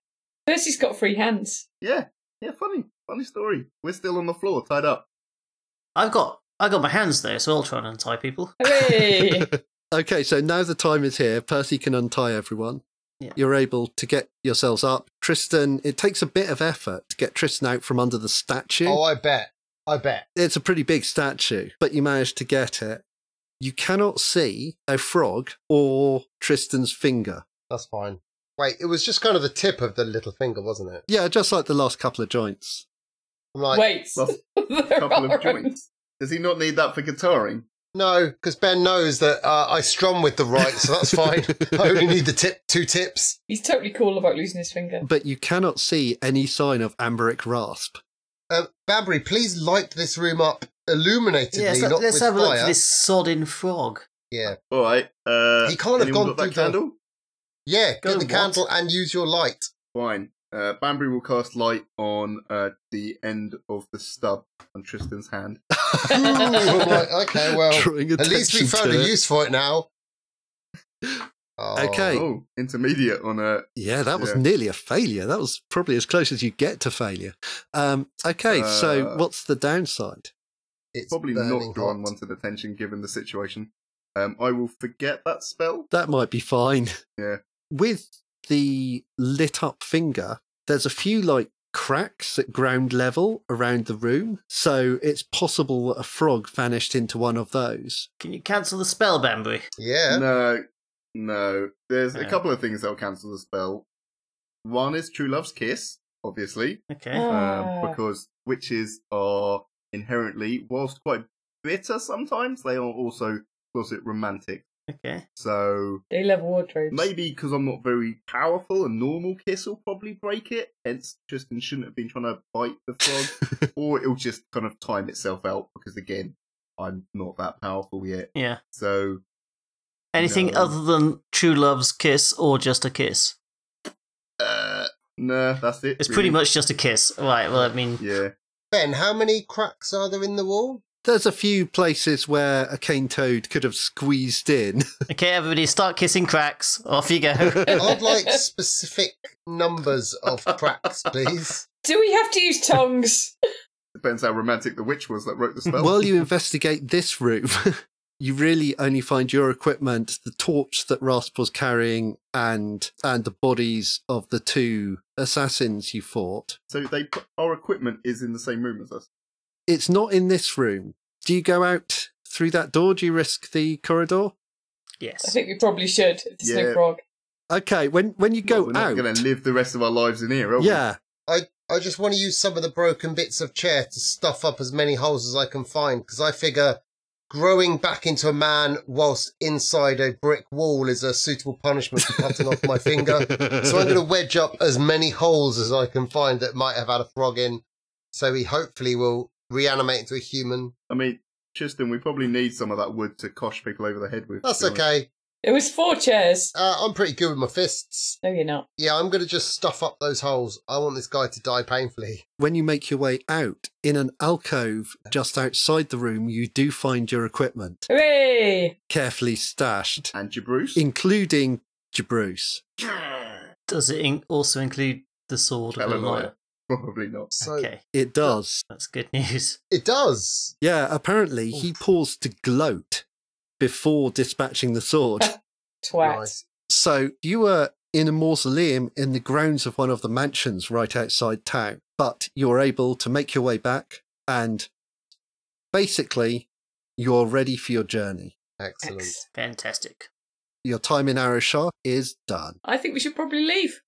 Speaker 1: Percy's got free hands.
Speaker 5: yeah, yeah. Funny, funny story. We're still on the floor, tied up.
Speaker 3: I've got I got my hands there, so I'll try and untie people.
Speaker 1: Hooray!
Speaker 2: okay, so now the time is here. Percy can untie everyone.
Speaker 3: Yeah.
Speaker 2: You're able to get yourselves up. Tristan, it takes a bit of effort to get Tristan out from under the statue.
Speaker 4: Oh, I bet. I bet.
Speaker 2: it's a pretty big statue, but you manage to get it. You cannot see a frog or Tristan's finger.
Speaker 4: That's fine. Wait, it was just kind of the tip of the little finger, wasn't it?
Speaker 2: Yeah, just like the last couple of joints.
Speaker 4: I'm like,
Speaker 1: Wait,
Speaker 5: Well,
Speaker 1: There
Speaker 5: couple of
Speaker 1: aren't.
Speaker 5: joints. Does he not need that for guitaring?
Speaker 4: no, because Ben knows that uh, I strum with the right, so that's fine. I only need the tip, two tips.
Speaker 1: He's totally cool about losing his finger.
Speaker 2: But you cannot see any sign of amberic rasp.
Speaker 4: Um, Babri, please light this room up illuminatedly,
Speaker 3: Yeah, so
Speaker 4: not
Speaker 3: let's
Speaker 4: with
Speaker 3: have a
Speaker 4: fire.
Speaker 3: look at this sodden frog.
Speaker 4: Yeah,
Speaker 5: All right. Uh,
Speaker 4: He can't have gone
Speaker 5: anyone got that
Speaker 4: through the-
Speaker 5: candle.
Speaker 4: yeah.
Speaker 3: Go
Speaker 4: Get the
Speaker 3: what?
Speaker 4: candle and use your light.
Speaker 5: Fine. Uh, Banbury will cast light on uh, the end of the stub on Tristan's hand.
Speaker 4: Right, okay, well,
Speaker 2: Drawing
Speaker 4: at least we
Speaker 2: attention
Speaker 4: found
Speaker 2: to
Speaker 4: a
Speaker 2: it.
Speaker 4: use for it now. Oh.
Speaker 2: Okay. Hey.
Speaker 5: Oh, intermediate on uh, a.
Speaker 2: Yeah, that was
Speaker 5: Yeah.
Speaker 2: nearly a failure. That was probably as close as you get to failure. Um, okay, so
Speaker 5: Uh,
Speaker 2: what's the downside?
Speaker 4: It's
Speaker 5: Probably
Speaker 4: burning
Speaker 5: not drawn
Speaker 4: hot.
Speaker 5: wanted attention given the situation. Um, I will forget that spell.
Speaker 2: That might be fine.
Speaker 5: Yeah.
Speaker 2: With the lit up finger, there's a few like cracks at ground level around the room. So it's possible that a frog vanished into one of those.
Speaker 3: Can you cancel the spell, Banbury?
Speaker 4: Yeah.
Speaker 5: No, no. There's a
Speaker 3: Yeah.
Speaker 5: couple of things that'll cancel the spell. One is True Love's Kiss, obviously,
Speaker 3: Okay.
Speaker 4: Uh,
Speaker 1: Oh. Ah.
Speaker 5: um, because witches are inherently, whilst quite bitter sometimes, they are also closet romantic.
Speaker 3: Okay.
Speaker 5: So
Speaker 1: They love wardrobes.
Speaker 5: maybe because I'm not very powerful, a normal kiss will probably break it. Hence, Tristan shouldn't have been trying to bite the frog, or it'll just kind of time itself out because again, I'm not that powerful yet.
Speaker 3: Yeah.
Speaker 5: So
Speaker 3: Anything
Speaker 5: No.
Speaker 3: other than true love's kiss or just a kiss?
Speaker 5: Uh, no, that's it.
Speaker 3: It's
Speaker 5: really.
Speaker 3: pretty much just a kiss. Right, well, I mean,
Speaker 5: Yeah.
Speaker 4: Ben, how many cracks are there in the wall?
Speaker 2: There's a few places where a cane toad could have squeezed in.
Speaker 3: okay, everybody, start kissing cracks. Off you go.
Speaker 4: I'd like specific numbers of cracks, please.
Speaker 1: Do we have to use tongs?
Speaker 5: Depends how romantic the witch was that wrote the spell.
Speaker 2: While you investigate this room, you really only find your equipment, the torch that Rasp was carrying, and and the bodies of the two assassins you fought.
Speaker 5: so they put, our equipment is in the same room as us.
Speaker 2: It's not in this room. Do you go out through that door? Do you risk the corridor?
Speaker 1: I
Speaker 3: yes.
Speaker 1: think we probably should. If there's no
Speaker 5: Yeah.
Speaker 1: frog.
Speaker 2: Okay, when when you go
Speaker 5: Well, we're
Speaker 2: out,
Speaker 5: not going to live the rest of our lives in here, are we?
Speaker 2: yeah,
Speaker 4: I, I just want to use some of the broken bits of chair to stuff up as many holes as I can find because I figure growing back into a man whilst inside a brick wall is a suitable punishment for cutting off my finger. So I'm going to wedge up as many holes as I can find that might have had a frog in, so he hopefully will reanimate into a human.
Speaker 5: I mean, Tristan, we probably need some of that wood to cosh people over the head with.
Speaker 4: That's
Speaker 5: to be honest.
Speaker 4: okay.
Speaker 1: It was four chairs.
Speaker 4: Uh, I'm pretty good with my fists.
Speaker 1: No, you're not.
Speaker 4: Yeah, I'm going to just stuff up those holes. I want this guy to die painfully.
Speaker 2: when you make your way out in an alcove just outside the room, you do find your equipment
Speaker 1: Hooray!
Speaker 2: carefully stashed,
Speaker 5: And Jabruce?
Speaker 2: including Jabruce.
Speaker 3: Does it in- also include the sword of the
Speaker 5: Eleanor.
Speaker 3: lawyer?
Speaker 5: probably not.
Speaker 4: So
Speaker 3: Okay,
Speaker 2: It does.
Speaker 3: that's good news.
Speaker 4: it does.
Speaker 2: Yeah, apparently he paused to gloat before dispatching the sword.
Speaker 1: Twat.
Speaker 4: Nice.
Speaker 2: so you were in a mausoleum in the grounds of one of the mansions right outside town, but you're able to make your way back and basically you're ready for your journey.
Speaker 4: Excellent.
Speaker 1: Ex-
Speaker 3: Fantastic.
Speaker 2: Your time in Arashar is done.
Speaker 1: I think we should probably leave.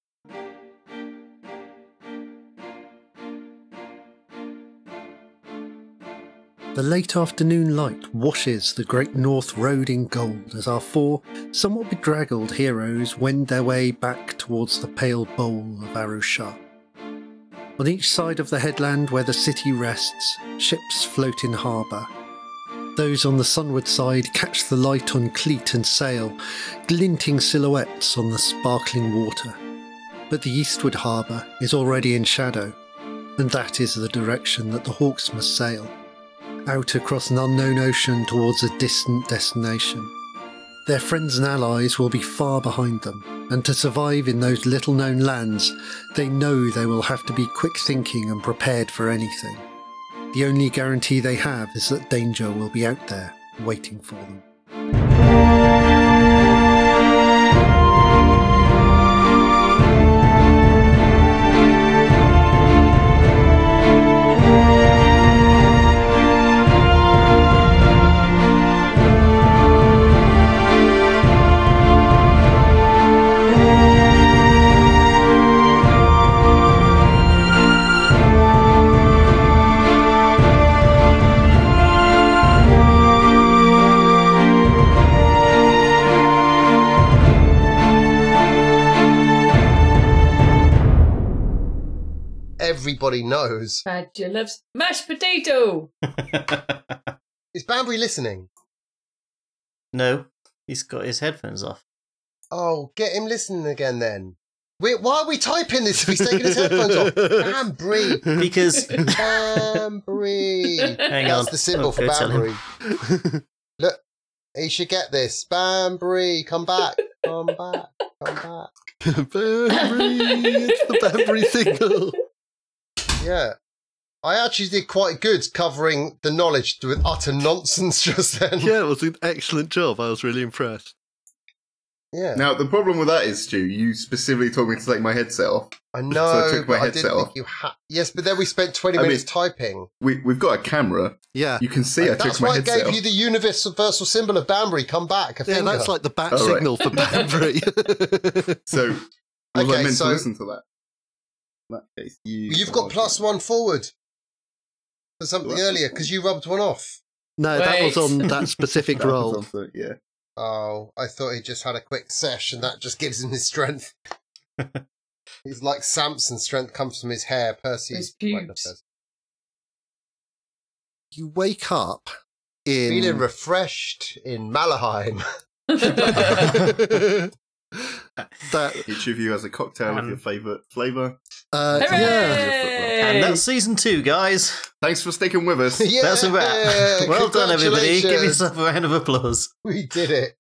Speaker 2: The late afternoon light washes the Great North Road in gold as our four somewhat bedraggled heroes wend their way back towards the pale bowl of Arusha. On each side of the headland where the city rests, ships float in harbour. Those on the sunward side catch the light on cleat and sail, glinting silhouettes on the sparkling water. But the eastward harbour is already in shadow, and that is the direction that the hawks must sail out across an unknown ocean towards a distant destination. Their friends and allies will be far behind them, and to survive in those little known lands, they know they will have to be quick thinking and prepared for anything. The only guarantee they have is that danger will be out there waiting for them.
Speaker 4: everybody knows.
Speaker 1: Badger loves mashed potato.
Speaker 4: Is Banbury listening?
Speaker 3: no, he's got his headphones off.
Speaker 4: Oh, get him listening again then. We, why are we typing this if he's taking his headphones off? Banbury.
Speaker 3: Because
Speaker 4: Banbury.
Speaker 3: hang on,
Speaker 4: That's the symbol
Speaker 3: I'll
Speaker 4: for
Speaker 3: go tell him.
Speaker 4: Banbury. Look, he should get this. Banbury, come back. Come back. Come back.
Speaker 2: Banbury, it's the Banbury signal.
Speaker 4: Yeah. I actually did quite good covering the knowledge with utter nonsense just then. Yeah.
Speaker 2: Yeah, it was an excellent job. I was really impressed.
Speaker 5: Now the problem with that is, Stu, you specifically told me to take my headset off.
Speaker 4: I know,
Speaker 5: took my
Speaker 4: but I
Speaker 5: headset
Speaker 4: didn't
Speaker 5: off.
Speaker 4: think you had. Yes, but then we spent 20
Speaker 5: I mean-
Speaker 4: minutes typing.
Speaker 5: We, we've got a camera.
Speaker 2: Yeah.
Speaker 5: You can see I took
Speaker 4: that's
Speaker 5: my
Speaker 4: why I
Speaker 5: headset
Speaker 4: gave
Speaker 5: off.
Speaker 4: you the universal symbol of Banbury. Come back. A
Speaker 2: Yeah,
Speaker 4: finger.
Speaker 2: that's like the bat
Speaker 5: Oh, right.
Speaker 2: signal for Banbury.
Speaker 5: So was I
Speaker 4: Okay,
Speaker 5: meant
Speaker 4: so-
Speaker 5: to listen to that? that is you
Speaker 4: You've got plus one forward for something
Speaker 5: What?
Speaker 4: earlier because you rubbed one off.
Speaker 2: no, that was
Speaker 1: Wait.
Speaker 2: on that specific role.
Speaker 5: Something, Yeah.
Speaker 4: Oh, I thought he just had a quick sesh and that just gives him his strength. He's like Samson. Strength comes from his hair. Percy.
Speaker 1: His
Speaker 4: like the
Speaker 1: pubes.
Speaker 4: first.
Speaker 2: You wake up in.
Speaker 4: Feeling refreshed in Malahide.
Speaker 2: that
Speaker 5: Each of you has a cocktail of
Speaker 3: Um,
Speaker 5: your favourite flavour.
Speaker 2: uh, yeah.
Speaker 3: And
Speaker 1: Hooray!
Speaker 3: that's season two, guys.
Speaker 5: Thanks for sticking with us.
Speaker 4: yeah,
Speaker 3: that's a wrap. well done, everybody. Give
Speaker 4: congratulations.
Speaker 3: yourself a round of applause.
Speaker 4: We did it.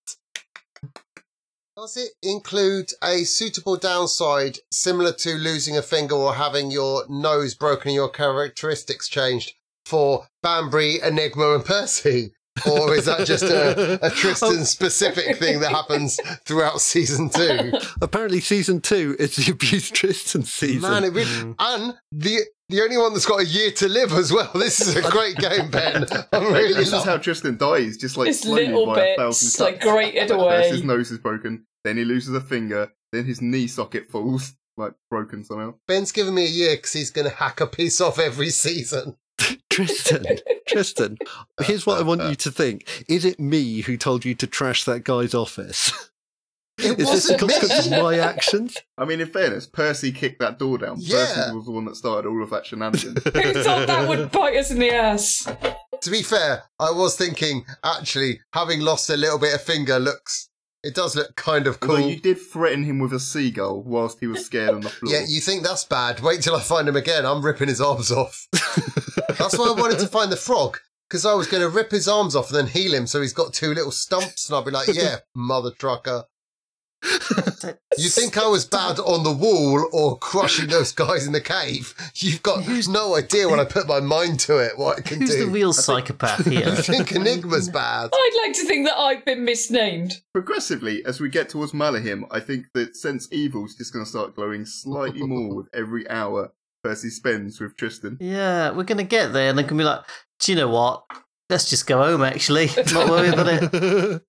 Speaker 4: Does it include a suitable downside similar to losing a finger or having your nose broken and your characteristics changed for Banbury, Enigma, and Percy? Or is that just a, a Tristan specific thing that happens throughout season two?
Speaker 2: Apparently, season two is the abuse Tristan season.
Speaker 4: Man, it really, and the the only one that's got a year to live as well. This is a great game, Ben. I'm really
Speaker 5: this is
Speaker 4: loving
Speaker 5: how Tristan dies, just like
Speaker 1: Just
Speaker 5: slowly
Speaker 1: little
Speaker 5: by a thousand
Speaker 1: bits, like
Speaker 5: cuts.
Speaker 1: grated
Speaker 5: Like,
Speaker 1: away.
Speaker 5: First his nose is broken, then he loses a finger, then his knee socket falls, like broken somehow.
Speaker 4: Ben's given me a year because he's going to hack a piece off every season.
Speaker 2: Tristan, Tristan, here's what I want you to think. Is it me who told you to trash that guy's office?
Speaker 4: It
Speaker 2: Is this the
Speaker 4: wasn't
Speaker 2: consequence of
Speaker 4: me.
Speaker 2: my actions?
Speaker 5: I mean, in fairness, Percy kicked that door down.
Speaker 4: Yeah.
Speaker 5: Percy was the one that started all of that shenanigans.
Speaker 1: Who thought that would bite us in the ass?
Speaker 4: to be fair, I was thinking actually having lost a little bit of finger looks. It does look kind of cool.
Speaker 5: Although you did threaten him with a seagull whilst he was scared on the floor.
Speaker 4: yeah, you think that's bad? Wait till I find him again. I'm ripping his arms off. that's why I wanted to find the frog because I was going to rip his arms off and then heal him so he's got two little stumps, and I'll be like, "Yeah, mother trucker." You think I was bad on the wall or crushing those guys in the cave? You've got no idea when I put my mind to it what I can
Speaker 3: Who's
Speaker 4: do.
Speaker 3: the real psychopath here?
Speaker 4: I think Enigma's bad.
Speaker 1: I'd like to think that I've been misnamed.
Speaker 5: Progressively, as we get towards Malahim, I think that Sense Evil's just going to start glowing slightly more with every hour Percy spends with Tristan.
Speaker 3: Yeah, we're gonna get there, and then can be like, do you know what? Let's just go home. Actually, not worry about it.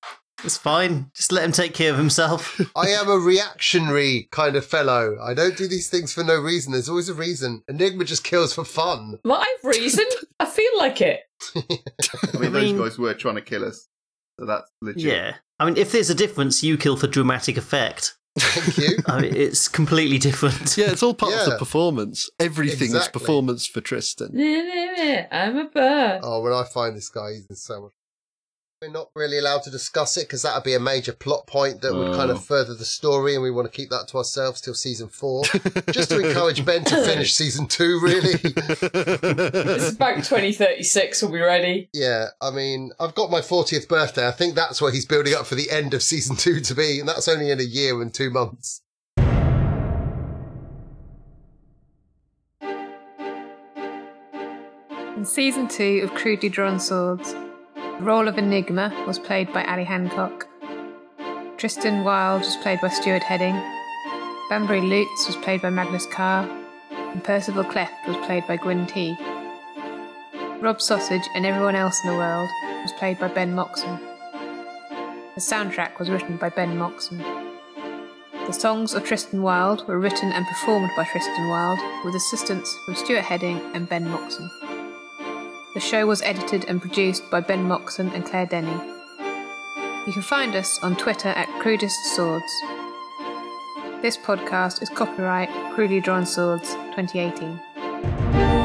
Speaker 3: It's fine. Just let him take care of himself.
Speaker 4: I am a reactionary kind of fellow. I don't do these things for no reason. There's always a reason. Enigma just kills for fun.
Speaker 1: Well, I've reasoned. I feel like it.
Speaker 5: I mean,
Speaker 3: I mean-
Speaker 5: those guys were trying to kill us, so that's legit.
Speaker 3: Yeah. I mean, if there's a difference, you kill for dramatic effect.
Speaker 4: Thank you.
Speaker 3: I mean, it's completely different.
Speaker 2: Yeah, it's all part of
Speaker 4: Yeah.
Speaker 2: the performance. Everything
Speaker 4: Exactly.
Speaker 2: is performance for Tristan.
Speaker 1: Nah, nah, nah, I'm a bird.
Speaker 4: oh, when I find this guy, he's in so much. We're not really allowed to discuss it because that would be a major plot point that would kind
Speaker 5: Oh.
Speaker 4: of further the story, and we want to keep that to ourselves till season four, just to encourage Ben to finish season two. Really.
Speaker 1: This is about 2036. We'll be ready.
Speaker 4: Yeah, I mean, I've got my 40th birthday. I think that's what he's building up for the end of season two to be, and that's only in a year and two months.
Speaker 6: In season two of Crudely Drawn Swords, the role of Enigma was played by Ali Hancock. Tristan Wilde was played by Stuart Heading. Banbury Lutz was played by Magnus Carr. And Percival Cleft was played by Gwyn T. Rob Sausage and everyone else in the world was played by Ben Moxon. The soundtrack was written by Ben Moxon. The songs of Tristan Wilde were written and performed by Tristan Wilde with assistance from Stuart Heading and Ben Moxon. The show was edited and produced by Ben Moxon and Claire Denny. You can find us on Twitter at Crudest Swords. This podcast is copyright Crudely Drawn Swords 2018. Bye.